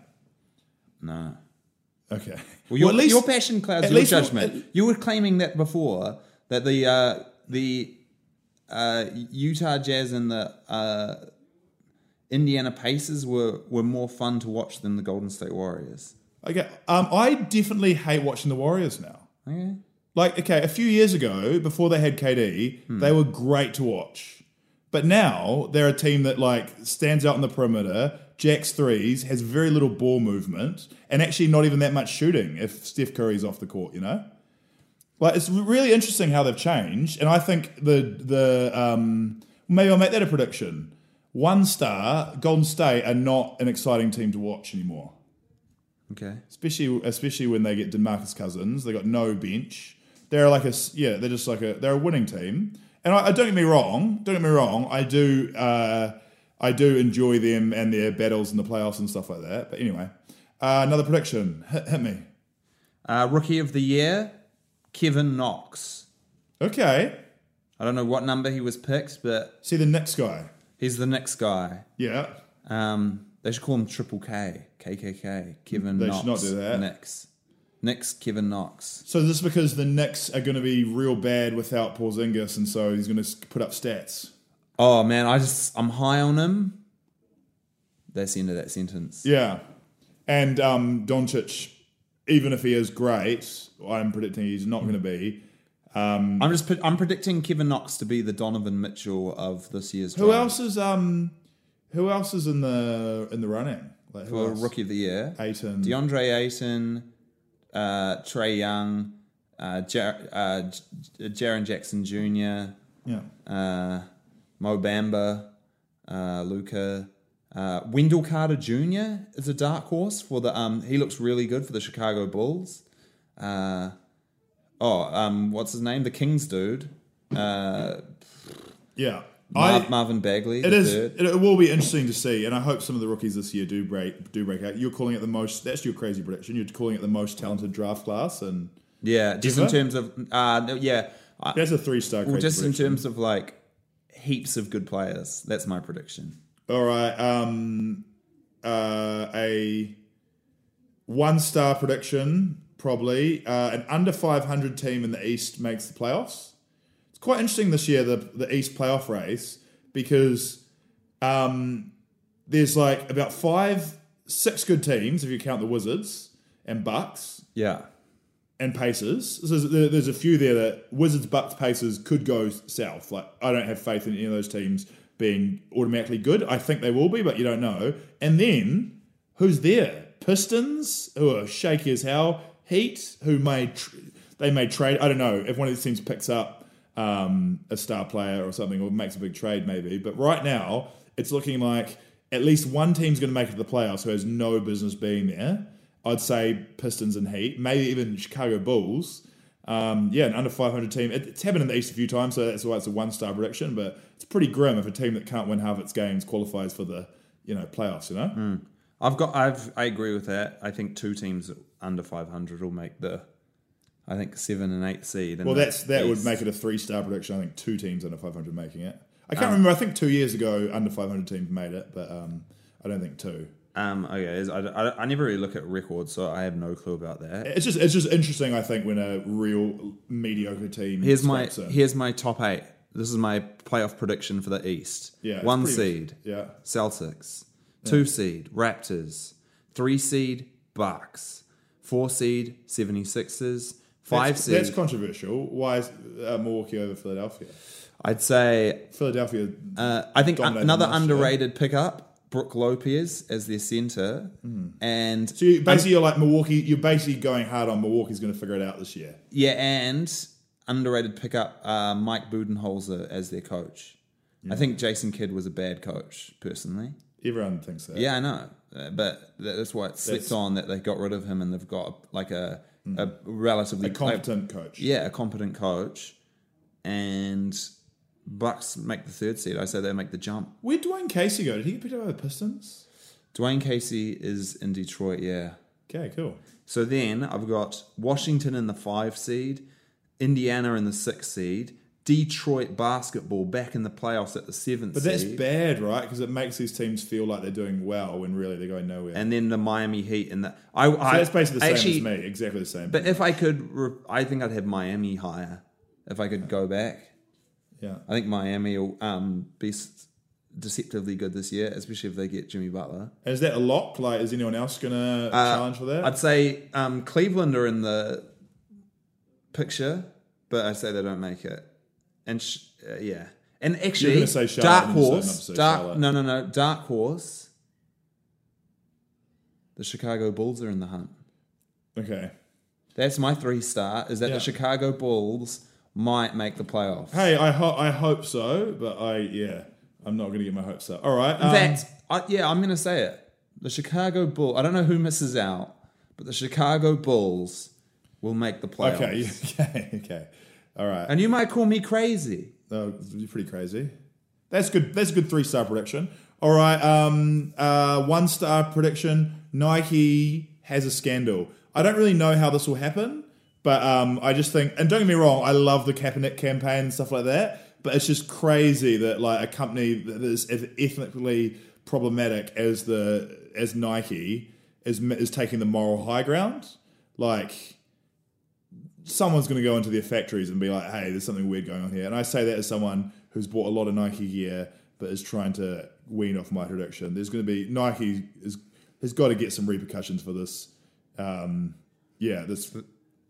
Speaker 2: No.
Speaker 1: Okay.
Speaker 2: Well, your,
Speaker 1: at least-
Speaker 2: your passion clouds
Speaker 1: at
Speaker 2: your
Speaker 1: least-
Speaker 2: judgment. you were claiming that before that the uh, the uh, Utah Jazz and the uh, Indiana Pacers were were more fun to watch than the Golden State Warriors.
Speaker 1: Okay, um, I definitely hate watching the Warriors now.
Speaker 2: Okay.
Speaker 1: Like, okay, a few years ago, before they had KD, they were great to watch. But now they're a team that like stands out on the perimeter, jacks threes, has very little ball movement, and actually not even that much shooting if Steph Curry's off the court. You know, like it's really interesting how they've changed. And I think the the um, maybe I'll make that a prediction. One star Golden State are not an exciting team to watch anymore
Speaker 2: Okay.
Speaker 1: especially especially when they get Demarcus Cousins. They got no bench. They're like a s- yeah. They're just like a they're a winning team. And I, I don't get me wrong. Don't get me wrong. I do uh, I do enjoy them and their battles in the playoffs and stuff like that. But anyway, uh, another prediction. Hit, hit me.
Speaker 2: Uh, Rookie of the Year, Kevin Knox.
Speaker 1: Okay.
Speaker 2: I don't know what number he was picked, but
Speaker 1: See the next guy.
Speaker 2: he's the next guy.
Speaker 1: Yeah.
Speaker 2: Um, they should call him Triple K, KKK, Kevin
Speaker 1: They
Speaker 2: Knox.
Speaker 1: should not do that.
Speaker 2: Knicks. Knicks, Kevin Knox.
Speaker 1: So this is because the Knicks are going to be real bad without Porzingis, and so he's going to put up stats.
Speaker 2: Oh man, I just I'm high on him. That's the end of that sentence.
Speaker 1: Yeah. And um, Doncic, even if he is great, I'm predicting he's not going to be.
Speaker 2: I'm just pre- I'm predicting Kevin Knox to be the Donovan Mitchell of this year's
Speaker 1: Who
Speaker 2: draft
Speaker 1: else is um, who else is in the in the running? Like who
Speaker 2: for
Speaker 1: else?
Speaker 2: Rookie of the Year.
Speaker 1: Ayton.
Speaker 2: DeAndre Ayton, uh, Trey Young, uh, Jar- uh, J- Jaron Jackson Jr.,
Speaker 1: yeah.
Speaker 2: uh, Mo Bamba, uh, Luca, uh, Wendell Carter Jr. is a dark horse for the. Um, he looks really good for the Chicago Bulls. Uh, oh, um, what's his name? The Kings dude, uh,
Speaker 1: Yeah.
Speaker 2: Mar-
Speaker 1: I,
Speaker 2: Marvin Bagley.
Speaker 1: it
Speaker 2: the
Speaker 1: is.
Speaker 2: third.
Speaker 1: It, it will be interesting to see, and I hope some of the rookies this year do break do break out. You're calling it the most. That's your crazy prediction. You're calling it the most talented draft class, and
Speaker 2: Yeah, just in
Speaker 1: Giver?
Speaker 2: terms of uh, no, yeah. I,
Speaker 1: that's a three star.
Speaker 2: well, just in terms of like heaps of good players. That's my prediction.
Speaker 1: All right. Um, uh, a one star prediction, probably. Uh, an under 500 team in the East makes the playoffs. It's quite interesting this year, the, the East playoff race, because um, there's like about five, six good teams, if you count the Wizards and Bucks
Speaker 2: Yeah.
Speaker 1: and Pacers. So there's, there- there's a few there that Wizards, Bucks, Pacers could go south. Like I don't have faith in any of those teams being automatically good. I think they will be, but you don't know. And then who's there? Pistons, who are shaky as hell. Heat, who may tr- they may trade. I don't know if one of these teams picks up um, a star player or something or makes a big trade, maybe. But right now, it's looking like at least one team's going to make it to the playoffs who has no business being there. I'd say Pistons and Heat, maybe even Chicago Bulls. Um, yeah, an under 500 team. It- It's happened in the East a few times, so that's why it's a one star prediction. But it's pretty grim if a team that can't win half its games qualifies for the you know playoffs. You know,
Speaker 2: I've got. I've. I agree with that. I think two teams under five hundred will make the. I think seven and eight seed.
Speaker 1: well, that's that would make it a three star prediction. I think two teams under 500 making it. I can't remember. I think two years ago under 500 teams made it, but um, I don't think two.
Speaker 2: Um. Okay. is- I, I, I never really look at records, so I have no clue about that.
Speaker 1: It's just it's just interesting. I think when a real mediocre team
Speaker 2: Here's my.
Speaker 1: strikes in.
Speaker 2: Here's my top eight. This is my playoff prediction for the East.
Speaker 1: Yeah, it's
Speaker 2: One
Speaker 1: pretty-
Speaker 2: seed.
Speaker 1: yeah.
Speaker 2: Celtics. Two seed. Raptors. Three seed. Bucks. Four seed. 76ers. Five
Speaker 1: that's,
Speaker 2: seed.
Speaker 1: that's controversial. Why is uh, Milwaukee over Philadelphia?
Speaker 2: I'd say
Speaker 1: Philadelphia.
Speaker 2: Uh, I think
Speaker 1: Dominated
Speaker 2: another
Speaker 1: last year.
Speaker 2: underrated pickup, Brooke Lopez as their center, and
Speaker 1: Hmm. so you, basically, you're like Milwaukee. You're basically going hard on Milwaukee's going to figure it out this year.
Speaker 2: yeah, and underrated pickup uh, Mike Budenholzer as their coach. I think Jason Kidd was a bad coach personally.
Speaker 1: Everyone thinks that.
Speaker 2: Yeah, I know, Uh, but tha- that's why it slipped
Speaker 1: That's- Hmm.
Speaker 2: on that they got rid of him and they've got like a a relatively
Speaker 1: A competent coach.
Speaker 2: yeah, a competent coach, and Bucks make the third seed. I say they make the jump.
Speaker 1: Where'd Dwayne Casey go? Did he get picked up by the Pistons?
Speaker 2: Dwayne Casey is in Detroit. Yeah.
Speaker 1: Okay, cool.
Speaker 2: So then I've got Washington in the five seed, Indiana in the six seed, Detroit basketball back in the playoffs at the seventh
Speaker 1: But that's
Speaker 2: seed,
Speaker 1: bad, right? Because it makes these teams feel like they're doing well when really they're going nowhere.
Speaker 2: and then the Miami Heat in the. I,
Speaker 1: so
Speaker 2: I
Speaker 1: that's basically the same
Speaker 2: actually,
Speaker 1: as me. Exactly the same.
Speaker 2: But if I could, re- I think I'd have Miami higher if I could go back.
Speaker 1: yeah.
Speaker 2: I think Miami will um, be s- deceptively good this year, especially if they get Jimmy Butler.
Speaker 1: And is that a lock? Like, is anyone else going to challenge for that?
Speaker 2: Uh, I'd say um, Cleveland are in the picture, but I say they don't make it. And sh- uh, yeah, and actually,
Speaker 1: gonna say Charlotte
Speaker 2: dark
Speaker 1: and you decided not
Speaker 2: horse,
Speaker 1: to say
Speaker 2: dark
Speaker 1: Charlotte.
Speaker 2: no no no dark horse. The Chicago Bulls are in the hunt.
Speaker 1: okay.
Speaker 2: That's my three star. Is that
Speaker 1: Yeah.
Speaker 2: the Chicago Bulls might make the playoffs?
Speaker 1: Hey, I hope I hope so, but I yeah, I'm not going to get my hopes up. All right.
Speaker 2: In
Speaker 1: um,
Speaker 2: fact, I, yeah, I'm going to say it. The Chicago Bull. I don't know who misses out, but the Chicago Bulls will make the playoffs.
Speaker 1: um, okay, okay, okay. All right.
Speaker 2: And you might call me crazy.
Speaker 1: Oh, you're pretty crazy. That's good. That's a good three star prediction. All right. Um, uh, one star prediction. Nike has a scandal. I don't really know how this will happen, but um, I just think. And don't get me wrong, I love the Kaepernick campaign and stuff like that. But it's just crazy that like a company that is as ethnically problematic as the as Nike is is taking the moral high ground. Like someone's going to go into their factories and be like, "Hey, there's something weird going on here." And I say that as someone who's bought a lot of Nike gear but is trying to wean off my prediction. There's going to be Nike is has got to get some repercussions for this. Um, yeah, this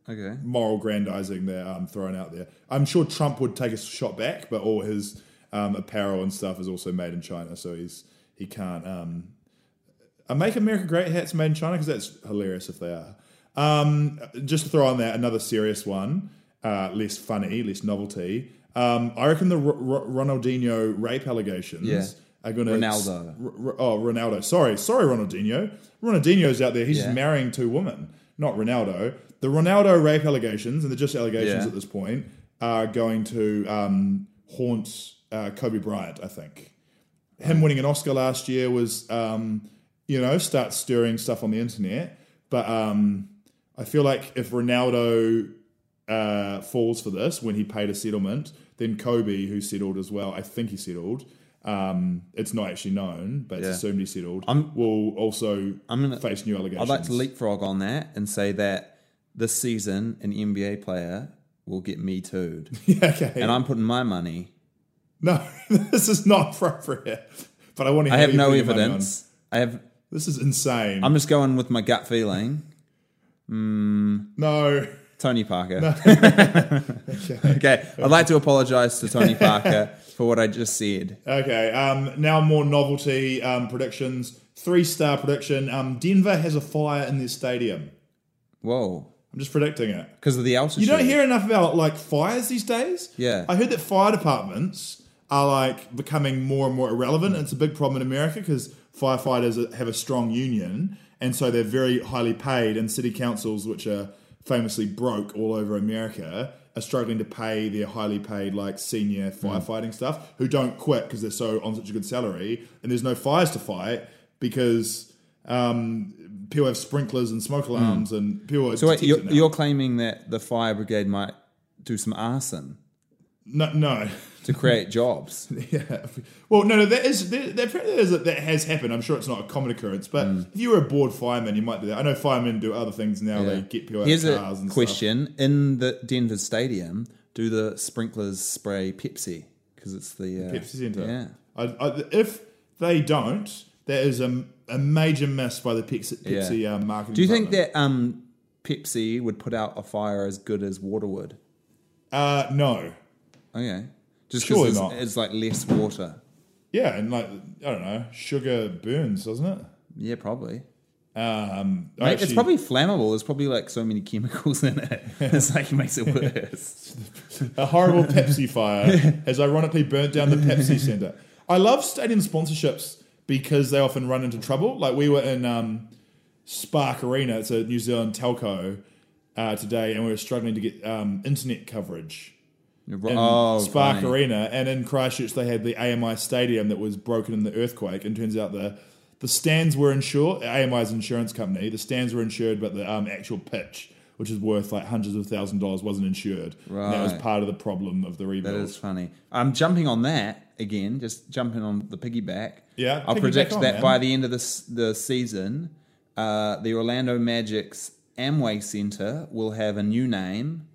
Speaker 2: Okay.
Speaker 1: moral grandizing they're um, throwing out there. I'm sure Trump would take a shot back, but all his um, apparel and stuff is also made in China, so he's he can't. Um, are Make America Great hats made in China because that's hilarious if they are. Um, just to throw on that another serious one, uh, less funny, less novelty. Um, I reckon the R- R- Ronaldinho rape allegations
Speaker 2: Yeah.
Speaker 1: are going to
Speaker 2: Ronaldo.
Speaker 1: R- R- oh, Ronaldo. Sorry, sorry, Ronaldinho. Ronaldinho's out there. He's
Speaker 2: Yeah.
Speaker 1: just marrying two women, not Ronaldo. The Ronaldo rape allegations, and they're just allegations
Speaker 2: Yeah.
Speaker 1: at this point, are going to um, haunt uh, Kobe Bryant. I think him winning an Oscar last year was, um, you know, start stirring stuff on the internet. But um, I feel like if Ronaldo uh, falls for this when he paid a settlement. Then Kobe, who settled as well, I think he settled. Um, it's not actually known, but it's
Speaker 2: Yeah.
Speaker 1: assumed he settled.
Speaker 2: I'm-
Speaker 1: will also
Speaker 2: I'm gonna-
Speaker 1: face new allegations.
Speaker 2: I'd like to leapfrog on that and say that this season an NBA player will get me tooed,
Speaker 1: Yeah, okay.
Speaker 2: and I'm putting my money.
Speaker 1: no, this is not appropriate. But I want to.
Speaker 2: I
Speaker 1: hear
Speaker 2: have
Speaker 1: you
Speaker 2: no
Speaker 1: put your money
Speaker 2: evidence. I have.
Speaker 1: on. This is insane.
Speaker 2: I'm just going with my gut feeling.
Speaker 1: no.
Speaker 2: Tony Parker. okay. I'd like to apologize to Tony Parker for what I just said.
Speaker 1: Okay. Um, now more novelty um, predictions. Three star prediction. Um, Denver has a fire in their stadium.
Speaker 2: Whoa.
Speaker 1: I'm just predicting it.
Speaker 2: Because of the altitude.
Speaker 1: You don't hear enough about like fires these days.
Speaker 2: Yeah.
Speaker 1: I heard that fire departments are like becoming more and more irrelevant. And it's a big problem in America because firefighters have a strong union, and so they're very highly paid. And city councils, which are famously broke all over America, are struggling to pay their highly paid like senior
Speaker 2: Mm.
Speaker 1: firefighting stuff who don't quit because they're so on such a good salary, and there's no fires to fight because. Um, people have sprinklers and smoke alarms, and people.
Speaker 2: Mm. So wait, you're, you're claiming that the fire brigade might do some arson
Speaker 1: no, no.
Speaker 2: to create jobs.
Speaker 1: Yeah. Well, no, no, that is that, that, apparently that, is, that has happened. I'm sure it's not a common occurrence, but
Speaker 2: Mm.
Speaker 1: if you were a bored fireman, you might do that. I know firemen do other things now. They get people out
Speaker 2: Here's
Speaker 1: of
Speaker 2: a
Speaker 1: cars and
Speaker 2: question: In the Denver stadium, do the sprinklers spray Pepsi because it's the uh,
Speaker 1: stuff. Pepsi Centre.
Speaker 2: Yeah,
Speaker 1: I, I, if they don't, that is a, a major miss by the Pepsi, Pepsi
Speaker 2: Yeah.
Speaker 1: uh, marketing.
Speaker 2: do you think
Speaker 1: department.
Speaker 2: that um, Pepsi would put out a fire as good as water would?
Speaker 1: Uh, no.
Speaker 2: Okay, just
Speaker 1: Surely
Speaker 2: because it's,
Speaker 1: not.
Speaker 2: it's like less water.
Speaker 1: Yeah, and like I don't know, sugar burns, doesn't it?
Speaker 2: Yeah, probably.
Speaker 1: Um, I
Speaker 2: Mate, it's
Speaker 1: actually-
Speaker 2: probably flammable. There's probably like so many chemicals in it. it's like it makes it worse.
Speaker 1: A horrible Pepsi fire has ironically burnt down the Pepsi Center. I love stadium sponsorships because they often run into trouble. Like we were in um, Spark Arena, it's a New Zealand telco uh, today, and we were struggling to get um, internet coverage in
Speaker 2: oh,
Speaker 1: Spark
Speaker 2: funny.
Speaker 1: Arena, and in Christchurch they had the AMI Stadium that was broken in the earthquake, and turns out the the stands were insured. AMI's insurance company, the stands were insured, but the um, actual pitch, which is worth like hundreds of thousand dollars, wasn't insured. And that was
Speaker 2: Right.
Speaker 1: part of the problem of the rebuild.
Speaker 2: That is funny. I'm jumping on that again. Just jumping on the piggyback.
Speaker 1: Yeah,
Speaker 2: I'll
Speaker 1: piggyback
Speaker 2: predict
Speaker 1: on,
Speaker 2: that
Speaker 1: man.
Speaker 2: by the end of this the season, uh, the Orlando Magic's Amway Center will have a new name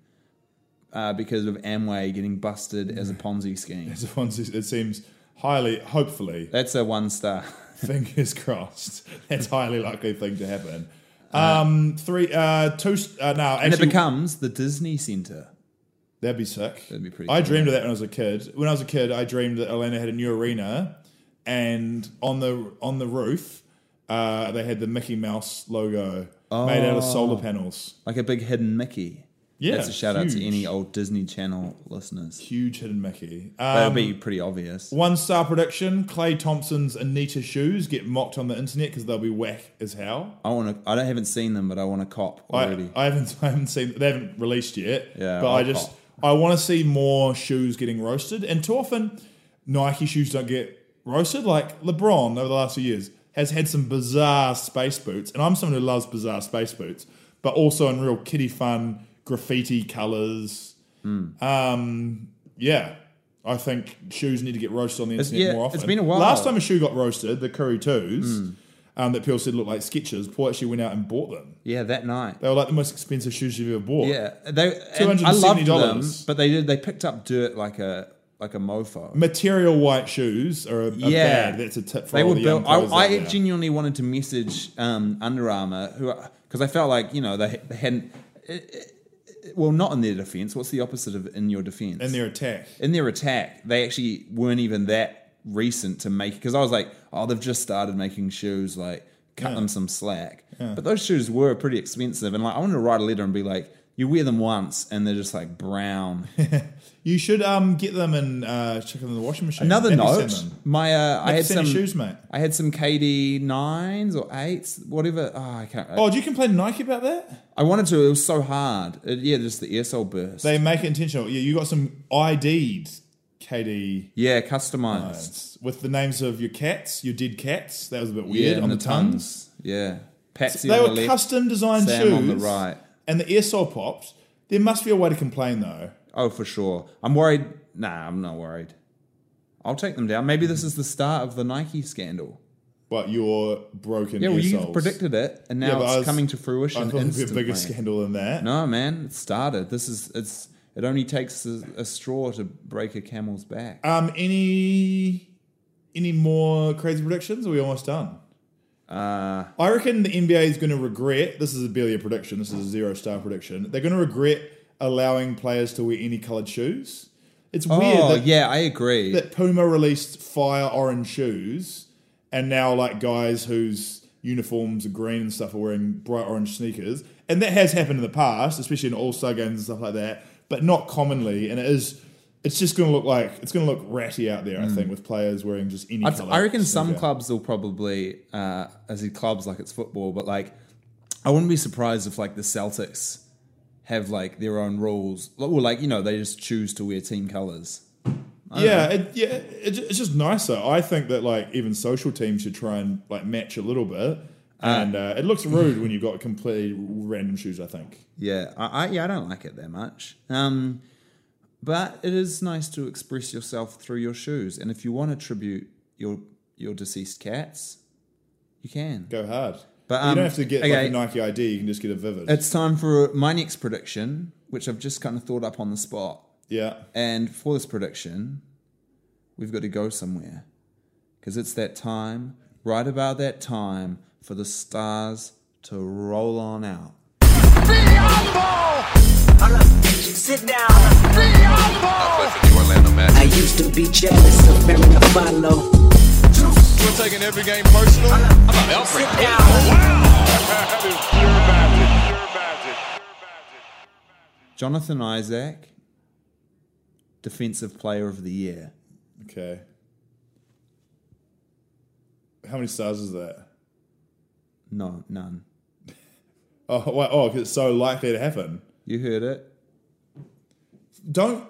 Speaker 2: uh, because of Amway getting busted as a Ponzi scheme.
Speaker 1: It's one- It seems highly, hopefully,
Speaker 2: That's a one star.
Speaker 1: fingers crossed. That's a highly likely thing to happen. Um, three, uh, two. Uh, no, actually,
Speaker 2: And it becomes the Disney Center.
Speaker 1: That'd be sick. That'd
Speaker 2: be pretty
Speaker 1: I
Speaker 2: cool.
Speaker 1: dreamed of that when I was a kid. When I was a kid, I dreamed that Atlanta had a new arena, and on the on the roof, uh, they had the Mickey Mouse logo made out of solar panels.
Speaker 2: Like a big hidden Mickey.
Speaker 1: Yeah,
Speaker 2: Ah. That's a shout out to
Speaker 1: huge.
Speaker 2: any old Disney Channel listeners.
Speaker 1: Huge hidden Mickey.
Speaker 2: That
Speaker 1: Um,
Speaker 2: would be pretty obvious.
Speaker 1: one star prediction: Clay Thompson's Anita shoes get mocked on the internet because they'll be whack as hell.
Speaker 2: I want to. I don't, haven't seen them, but I want to cop already.
Speaker 1: I, I haven't I haven't seen they haven't released yet.
Speaker 2: Yeah,
Speaker 1: but i
Speaker 2: I'll
Speaker 1: just
Speaker 2: cop.
Speaker 1: I want to see more shoes getting roasted. And too often, Nike shoes don't get roasted. Like LeBron over the last few years has had some bizarre space boots, and I'm someone who loves bizarre space boots, but also in real kiddie fun graffiti colors.
Speaker 2: Hmm.
Speaker 1: Um, yeah. I think shoes need to get roasted on the internet
Speaker 2: yeah,
Speaker 1: more
Speaker 2: it's
Speaker 1: often.
Speaker 2: been a while. Hmm.
Speaker 1: Last time a shoe got roasted, the Curry Twos, um, that people said looked like Skechers, Paul actually went out and bought them.
Speaker 2: yeah, that night.
Speaker 1: They were like the most expensive shoes you've ever bought.
Speaker 2: Yeah, they. and I loved
Speaker 1: $270
Speaker 2: them, but they did. They picked up dirt like a like a mofo.
Speaker 1: Material white shoes are a, a
Speaker 2: yeah,
Speaker 1: bad. That's a tip for
Speaker 2: they
Speaker 1: all
Speaker 2: were
Speaker 1: the young
Speaker 2: built. I,
Speaker 1: players out
Speaker 2: I
Speaker 1: there.
Speaker 2: genuinely wanted to message um, Under Armour who because I felt like you know they, they hadn't. It, it, well, not in their defense. What's the opposite of in your defense?
Speaker 1: in their attack.
Speaker 2: in their attack, they actually weren't even that recent to make because I was like, oh, they've just started making shoes, like cut them some slack. But those shoes were pretty expensive, and like I wanted to write a letter and be like, you wear them once, and they're just like brown.
Speaker 1: You should um get them and uh, chuck them in the washing machine.
Speaker 2: Another
Speaker 1: Maybe send
Speaker 2: note,
Speaker 1: them.
Speaker 2: my uh, I
Speaker 1: Maybe
Speaker 2: had
Speaker 1: send
Speaker 2: some
Speaker 1: your shoes, mate.
Speaker 2: I had some KD nines or eights, whatever. Oh, I can't.
Speaker 1: Oh, did you complain to Nike about that?
Speaker 2: I wanted to. It was so hard. It, yeah, just the air burst.
Speaker 1: They make it intentional. Yeah, you got some ID'd KD
Speaker 2: yeah, customized.
Speaker 1: with the names of your cats, your dead cats. That was a bit weird
Speaker 2: yeah,
Speaker 1: on the,
Speaker 2: and
Speaker 1: tongues.
Speaker 2: Yeah, Patsy
Speaker 1: They
Speaker 2: on the
Speaker 1: were
Speaker 2: left,
Speaker 1: custom designed
Speaker 2: Sam
Speaker 1: shoes
Speaker 2: on the right.
Speaker 1: and the air sole popped. There must be a way to complain though.
Speaker 2: Oh, for sure. I'm worried. Nah, I'm not worried. I'll take them down. Maybe this is the start of the Nike scandal.
Speaker 1: But your broken
Speaker 2: Yeah, well,
Speaker 1: ear
Speaker 2: you
Speaker 1: soles.
Speaker 2: predicted it, and now
Speaker 1: but
Speaker 2: it's
Speaker 1: I was-
Speaker 2: coming to
Speaker 1: I
Speaker 2: fruition.
Speaker 1: thought it'd be a
Speaker 2: instantly.
Speaker 1: bigger scandal than that.
Speaker 2: No, man, it started. This is it's. It only takes a, a straw to break a camel's back.
Speaker 1: Um, any any more crazy predictions? Are we almost done? Uh, I reckon the NBA is going to regret. This is a barely a prediction. This is a zero star prediction. They're going to regret allowing players to wear any colored shoes. It's
Speaker 2: oh,
Speaker 1: weird that,
Speaker 2: yeah, I agree.
Speaker 1: that Puma released fire orange shoes, and now like guys whose uniforms are green and stuff are wearing bright orange sneakers. And that has happened in the past, especially in All Star games and stuff like that, but not commonly. And it is, it's just going to look like it's going to look ratty out there. I think with players wearing just any.
Speaker 2: Mm. I'd-
Speaker 1: colour
Speaker 2: I reckon some
Speaker 1: sneaker.
Speaker 2: clubs will probably, uh, I said clubs like it's football, but like I wouldn't be surprised if like the Celtics have like their own rules, or like you know they just choose to wear team colors.
Speaker 1: yeah, it, yeah, it, ju- it's just nicer. I think that like even social teams should try and like match a little bit. And uh, it looks rude when you've got completely random shoes. I think.
Speaker 2: Yeah, I, I yeah I don't like it that much. Um, but it is nice to express yourself through your shoes, and if you want to tribute your your deceased cats, you can.
Speaker 1: Go hard.
Speaker 2: But,
Speaker 1: you
Speaker 2: um,
Speaker 1: don't have to get like
Speaker 2: okay.
Speaker 1: a Nike ID. You can just get a Vivid.
Speaker 2: It's time for my next prediction, which I've just kind of thought up on the spot.
Speaker 1: yeah.
Speaker 2: And for this prediction, we've got to go somewhere. Because it's that time, right about that time, for the stars to roll on out.
Speaker 3: Beyond ball!
Speaker 6: Sit down.
Speaker 3: Beyond ball!
Speaker 6: I used to be jealous of Mary follow.
Speaker 7: We're taking every game personal.
Speaker 6: Sit down.
Speaker 7: That is pure magic. Pure magic.
Speaker 2: Jonathan Isaac, Defensive Player of the Year.
Speaker 1: Okay. How many stars is that?
Speaker 2: No, none.
Speaker 1: Oh, wow, oh, 'cause it's so likely to happen.
Speaker 2: You heard it.
Speaker 1: Don't.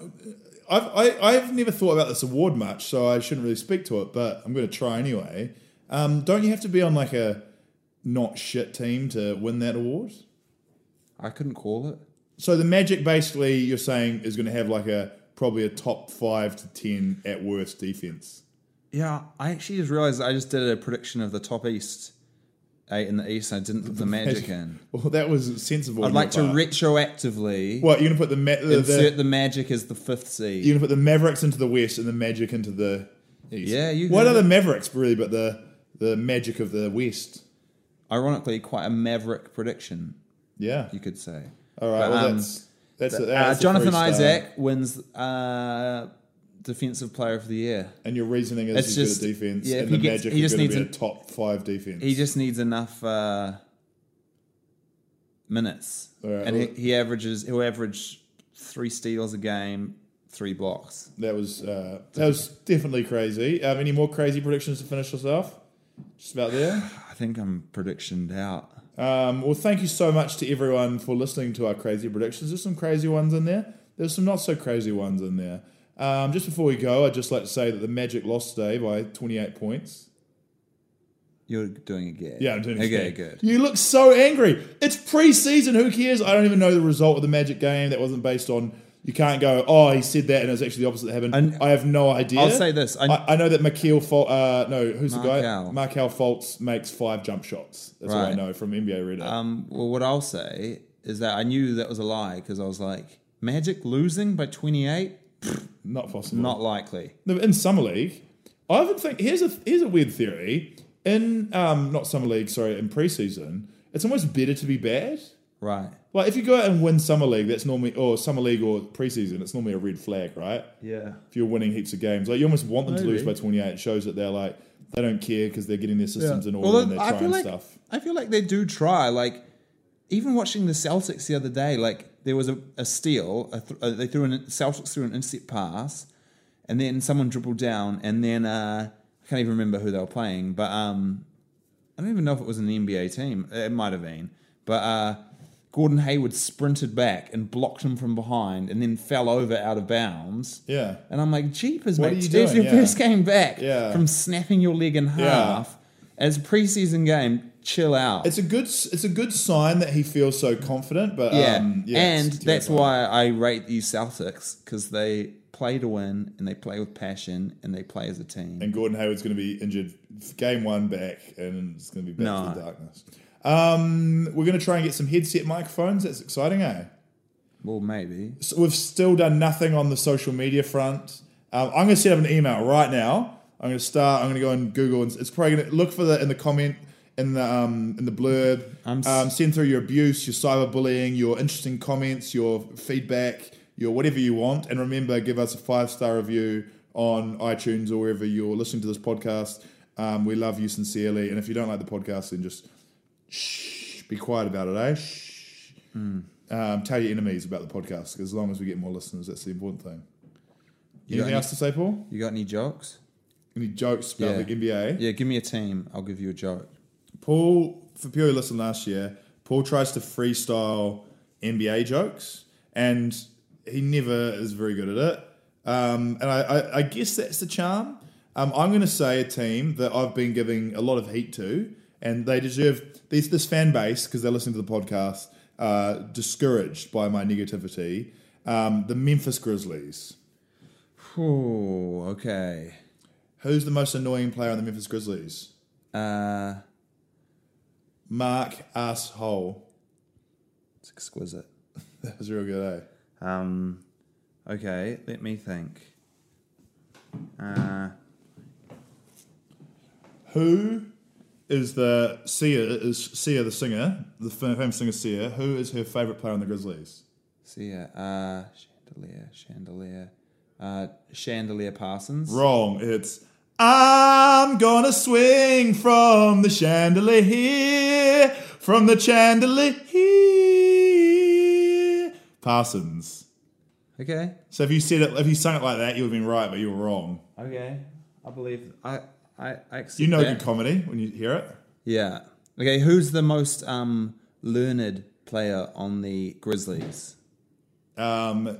Speaker 1: I've, I, I've never thought about this award much, so I shouldn't really speak to it, but I'm going to try anyway. Um, don't you have to be on like a not shit team to win that award?
Speaker 2: I couldn't call it.
Speaker 1: So the Magic, basically, you're saying is going to have like a probably a top five to ten at worst defense.
Speaker 2: Yeah, I actually just realized I just did a prediction of the top East eight in the East. And I didn't put the Magic in.
Speaker 1: Well, that was sensible.
Speaker 2: I'd
Speaker 1: on
Speaker 2: like to
Speaker 1: your part.
Speaker 2: retroactively
Speaker 1: What you're gonna put the, ma- the,
Speaker 2: insert
Speaker 1: the
Speaker 2: the Magic as the fifth seed.
Speaker 1: you're gonna put the Mavericks into the West and the Magic into the East.
Speaker 2: Yeah, you
Speaker 1: What
Speaker 2: heard
Speaker 1: are
Speaker 2: it.
Speaker 1: the Mavericks really? But the the Magic of the West.
Speaker 2: Ironically, quite a maverick prediction,
Speaker 1: Yeah.
Speaker 2: you could say.
Speaker 1: All right.
Speaker 2: But,
Speaker 1: well,
Speaker 2: um,
Speaker 1: that's that's,
Speaker 2: uh,
Speaker 1: that's a
Speaker 2: Jonathan
Speaker 1: three-star.
Speaker 2: Isaac wins uh, Defensive Player of the Year.
Speaker 1: And your reasoning is
Speaker 2: It's
Speaker 1: he's
Speaker 2: just-
Speaker 1: good at defense,
Speaker 2: yeah, if
Speaker 1: and
Speaker 2: he
Speaker 1: the
Speaker 2: gets-
Speaker 1: Magic
Speaker 2: he
Speaker 1: are
Speaker 2: just
Speaker 1: going
Speaker 2: needs
Speaker 1: to be
Speaker 2: an-
Speaker 1: a top five defense.
Speaker 2: He just needs enough uh, minutes,
Speaker 1: right,
Speaker 2: and he,
Speaker 1: well-
Speaker 2: he averages. He'll average three steals a game, three blocks.
Speaker 1: That was uh, that was definitely crazy. Um, any more crazy predictions to finish us off? Just about there.
Speaker 2: I think I'm predictioned out.
Speaker 1: Um, well, thank you so much to everyone for listening to our crazy predictions. There's some crazy ones in there. There's some not so crazy ones in there. Um, just before we go, I'd just like to say that the Magic lost today by 28 points.
Speaker 2: You're doing a gig.
Speaker 1: Yeah, I'm doing it.
Speaker 2: Okay,
Speaker 1: again.
Speaker 2: good.
Speaker 1: You look so angry. It's preseason. Who cares? I don't even know the result of the Magic game. That wasn't based on. You can't go. Oh, he said that, and it was actually the opposite that happened.
Speaker 2: And-
Speaker 1: I have no idea.
Speaker 2: I'll say this, I-
Speaker 1: I, I, know that Mikhail. Fal- uh, no, who's the guy?
Speaker 2: Markel.
Speaker 1: Markel Fultz makes five jump shots. That's all I
Speaker 2: Right.
Speaker 1: know from NBA Reddit.
Speaker 2: Um, well, what I'll say is that I knew that was a lie because I was like, Magic losing by 28,
Speaker 1: not possible.
Speaker 2: not likely.
Speaker 1: No, in summer league, I would think here's a here's a weird theory. In um, not summer league, sorry, in preseason, it's almost better to be bad.
Speaker 2: Right.
Speaker 1: Like if you go out and win summer league, that's normally or summer league or preseason, it's normally a red flag, right?
Speaker 2: Yeah.
Speaker 1: If you're winning heaps of games, like you almost want them to lose by
Speaker 2: Maybe.
Speaker 1: 28. It shows that they're like they don't care because they're getting their systems in order and they're
Speaker 2: I
Speaker 1: trying
Speaker 2: feel like
Speaker 1: stuff.
Speaker 2: I feel like they do try. Like even watching the Celtics the other day, like there was a, a steal. A th- uh, they threw an Celtics threw an intercept pass, and then someone dribbled down, and then uh, I can't even remember who they were playing, but um, I don't even know if it was an NBA team. It might have been, but. Uh, Gordon Hayward sprinted back and blocked him from behind, and then fell over out of bounds.
Speaker 1: Yeah.
Speaker 2: and I'm like, "Jeepers,
Speaker 1: What
Speaker 2: mate!
Speaker 1: are you
Speaker 2: There's
Speaker 1: doing?
Speaker 2: your
Speaker 1: Yeah.
Speaker 2: first game back
Speaker 1: Yeah.
Speaker 2: from snapping your leg in half as a preseason game. Chill out.
Speaker 1: It's a good s- it's a good sign that he feels so confident, but
Speaker 2: yeah,
Speaker 1: um, yeah
Speaker 2: and
Speaker 1: it's
Speaker 2: that's
Speaker 1: terrifying.
Speaker 2: why I rate these Celtics because they play to win and they play with passion and they play as a team.
Speaker 1: And Gordon Hayward's going to be injured f- game one back, and it's going to be back
Speaker 2: No.
Speaker 1: to the darkness. Um, we're going to try and get some headset microphones. That's exciting, eh?
Speaker 2: well, maybe
Speaker 1: So we've still done nothing on the social media front. Um, I'm going to set up an email right now. I'm going to start. I'm going to go on Google, and it's probably going to look for the in the comment in the um, in the blurb.
Speaker 2: I'm s-
Speaker 1: um, send through your abuse, your cyberbullying, your interesting comments, your feedback, your whatever you want. And remember, give us a five star review on iTunes or wherever you're listening to this podcast. Um, we love you sincerely, and if you don't like the podcast, then just shh, be quiet about it, eh? Shh. Um, tell your enemies about the podcast. 'cause As long as we get more listeners, that's the important thing.
Speaker 2: got
Speaker 1: Anything
Speaker 2: any-
Speaker 1: else to say, Paul?
Speaker 2: you got any jokes?
Speaker 1: Any jokes about
Speaker 2: Yeah.
Speaker 1: the NBA?
Speaker 2: Yeah, give me a team. I'll give you a joke.
Speaker 1: Paul, for purely listen last year, Paul tries to freestyle NBA jokes, and he never is very good at it. Um, and I, I, I guess that's the charm. Um, I'm going to say a team that I've been giving a lot of heat to, and they deserve this, this fan base because they're listening to the podcast, uh, discouraged by my negativity. Um, the Memphis Grizzlies.
Speaker 2: Oh, okay.
Speaker 1: Who's the most annoying player on the Memphis Grizzlies?
Speaker 2: Uh,
Speaker 1: Mark asshole.
Speaker 2: it's exquisite.
Speaker 1: That was real good, eh?
Speaker 2: Um, okay, let me think. Uh,
Speaker 1: Who is the Sia is Sia the singer, the fam- famous singer Sia? Who is her favorite player on the Grizzlies?
Speaker 2: see ya. Uh, chandelier, chandelier, uh, chandelier Parsons.
Speaker 1: Wrong. It's I'm gonna swing from the chandelier here, from the chandelier here. Parsons.
Speaker 2: Okay.
Speaker 1: So if you said it, if you sung it like that, you would have been right, but you were wrong.
Speaker 2: Okay, I believe I I, I accept
Speaker 1: You know
Speaker 2: that.
Speaker 1: good comedy when you hear it.
Speaker 2: Yeah. Okay, who's the most um, learned player on the Grizzlies?
Speaker 1: Um,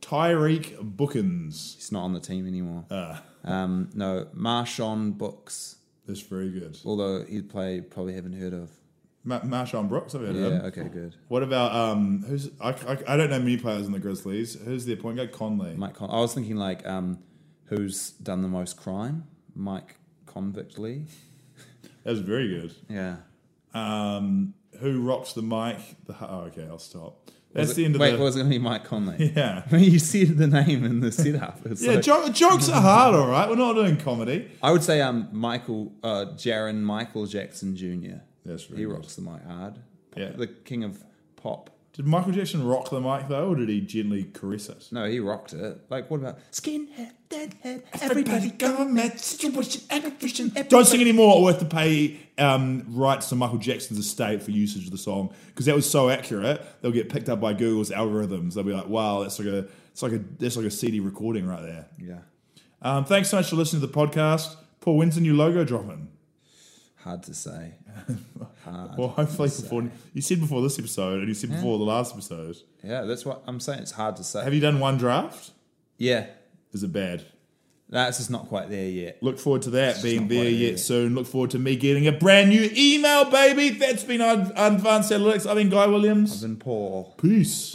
Speaker 1: Tyreek Bookins
Speaker 2: He's not on the team anymore.
Speaker 1: Ah.
Speaker 2: Um, no, Marshawn Brooks,
Speaker 1: is very good.
Speaker 2: although he'd play, probably haven't heard of.
Speaker 1: Ma- Marshawn Brooks, I've heard
Speaker 2: Yeah,
Speaker 1: of him.
Speaker 2: okay, good.
Speaker 1: What about um? Who's I, I, I don't know many players in the Grizzlies. Who's their point guard? Conley.
Speaker 2: Mike Con- I was thinking, like, um, who's done the most crime? Mike Convict Lee?
Speaker 1: That was very good.
Speaker 2: Yeah.
Speaker 1: Um, who rocks the mic? The hu- oh, okay, I'll stop. That's
Speaker 2: Was
Speaker 1: the
Speaker 2: it-
Speaker 1: end of
Speaker 2: Wait,
Speaker 1: the.
Speaker 2: was it going to be Mike Conley?
Speaker 1: Yeah.
Speaker 2: When you said the name in the setup, it's
Speaker 1: yeah,
Speaker 2: like-
Speaker 1: jo- jokes are hard. All right, we're not doing comedy.
Speaker 2: I would say um, Michael, uh, Jaron Michael Jackson Jr.
Speaker 1: That's really
Speaker 2: He
Speaker 1: good.
Speaker 2: rocks the mic hard.
Speaker 1: Yeah.
Speaker 2: The king of pop.
Speaker 1: Did Michael Jackson rock the mic though, or did he gently caress it?
Speaker 2: No, he rocked it. Like, what about skinhead, deadhead,
Speaker 1: Everybody
Speaker 2: everybody?
Speaker 1: go mad. Situation, ambition, Don't sing anymore, or we have to pay um, rights to Michael Jackson's estate for usage of the song because that was so accurate. They'll get picked up by Google's algorithms. They'll be like, "Wow, that's like a, it's like a, that's like a CD recording right there."
Speaker 2: Yeah.
Speaker 1: Um, thanks so much for listening to the podcast, Paul. When's the new logo dropping?
Speaker 2: Hard to say.
Speaker 1: Well, hopefully before you said before this episode, and you said before the last episode.
Speaker 2: Yeah, that's what I'm saying. It's hard to say.
Speaker 1: Have you done one draft?
Speaker 2: yeah.
Speaker 1: Is it bad?
Speaker 2: That's just not quite there yet.
Speaker 1: Look forward to that being
Speaker 2: not
Speaker 1: there
Speaker 2: quite
Speaker 1: yet
Speaker 2: there.
Speaker 1: soon. Look forward to me getting a brand new email, baby. That's been Ad- Advanced Analytics. I've been Guy Williams.
Speaker 2: And Paul.
Speaker 1: Peace.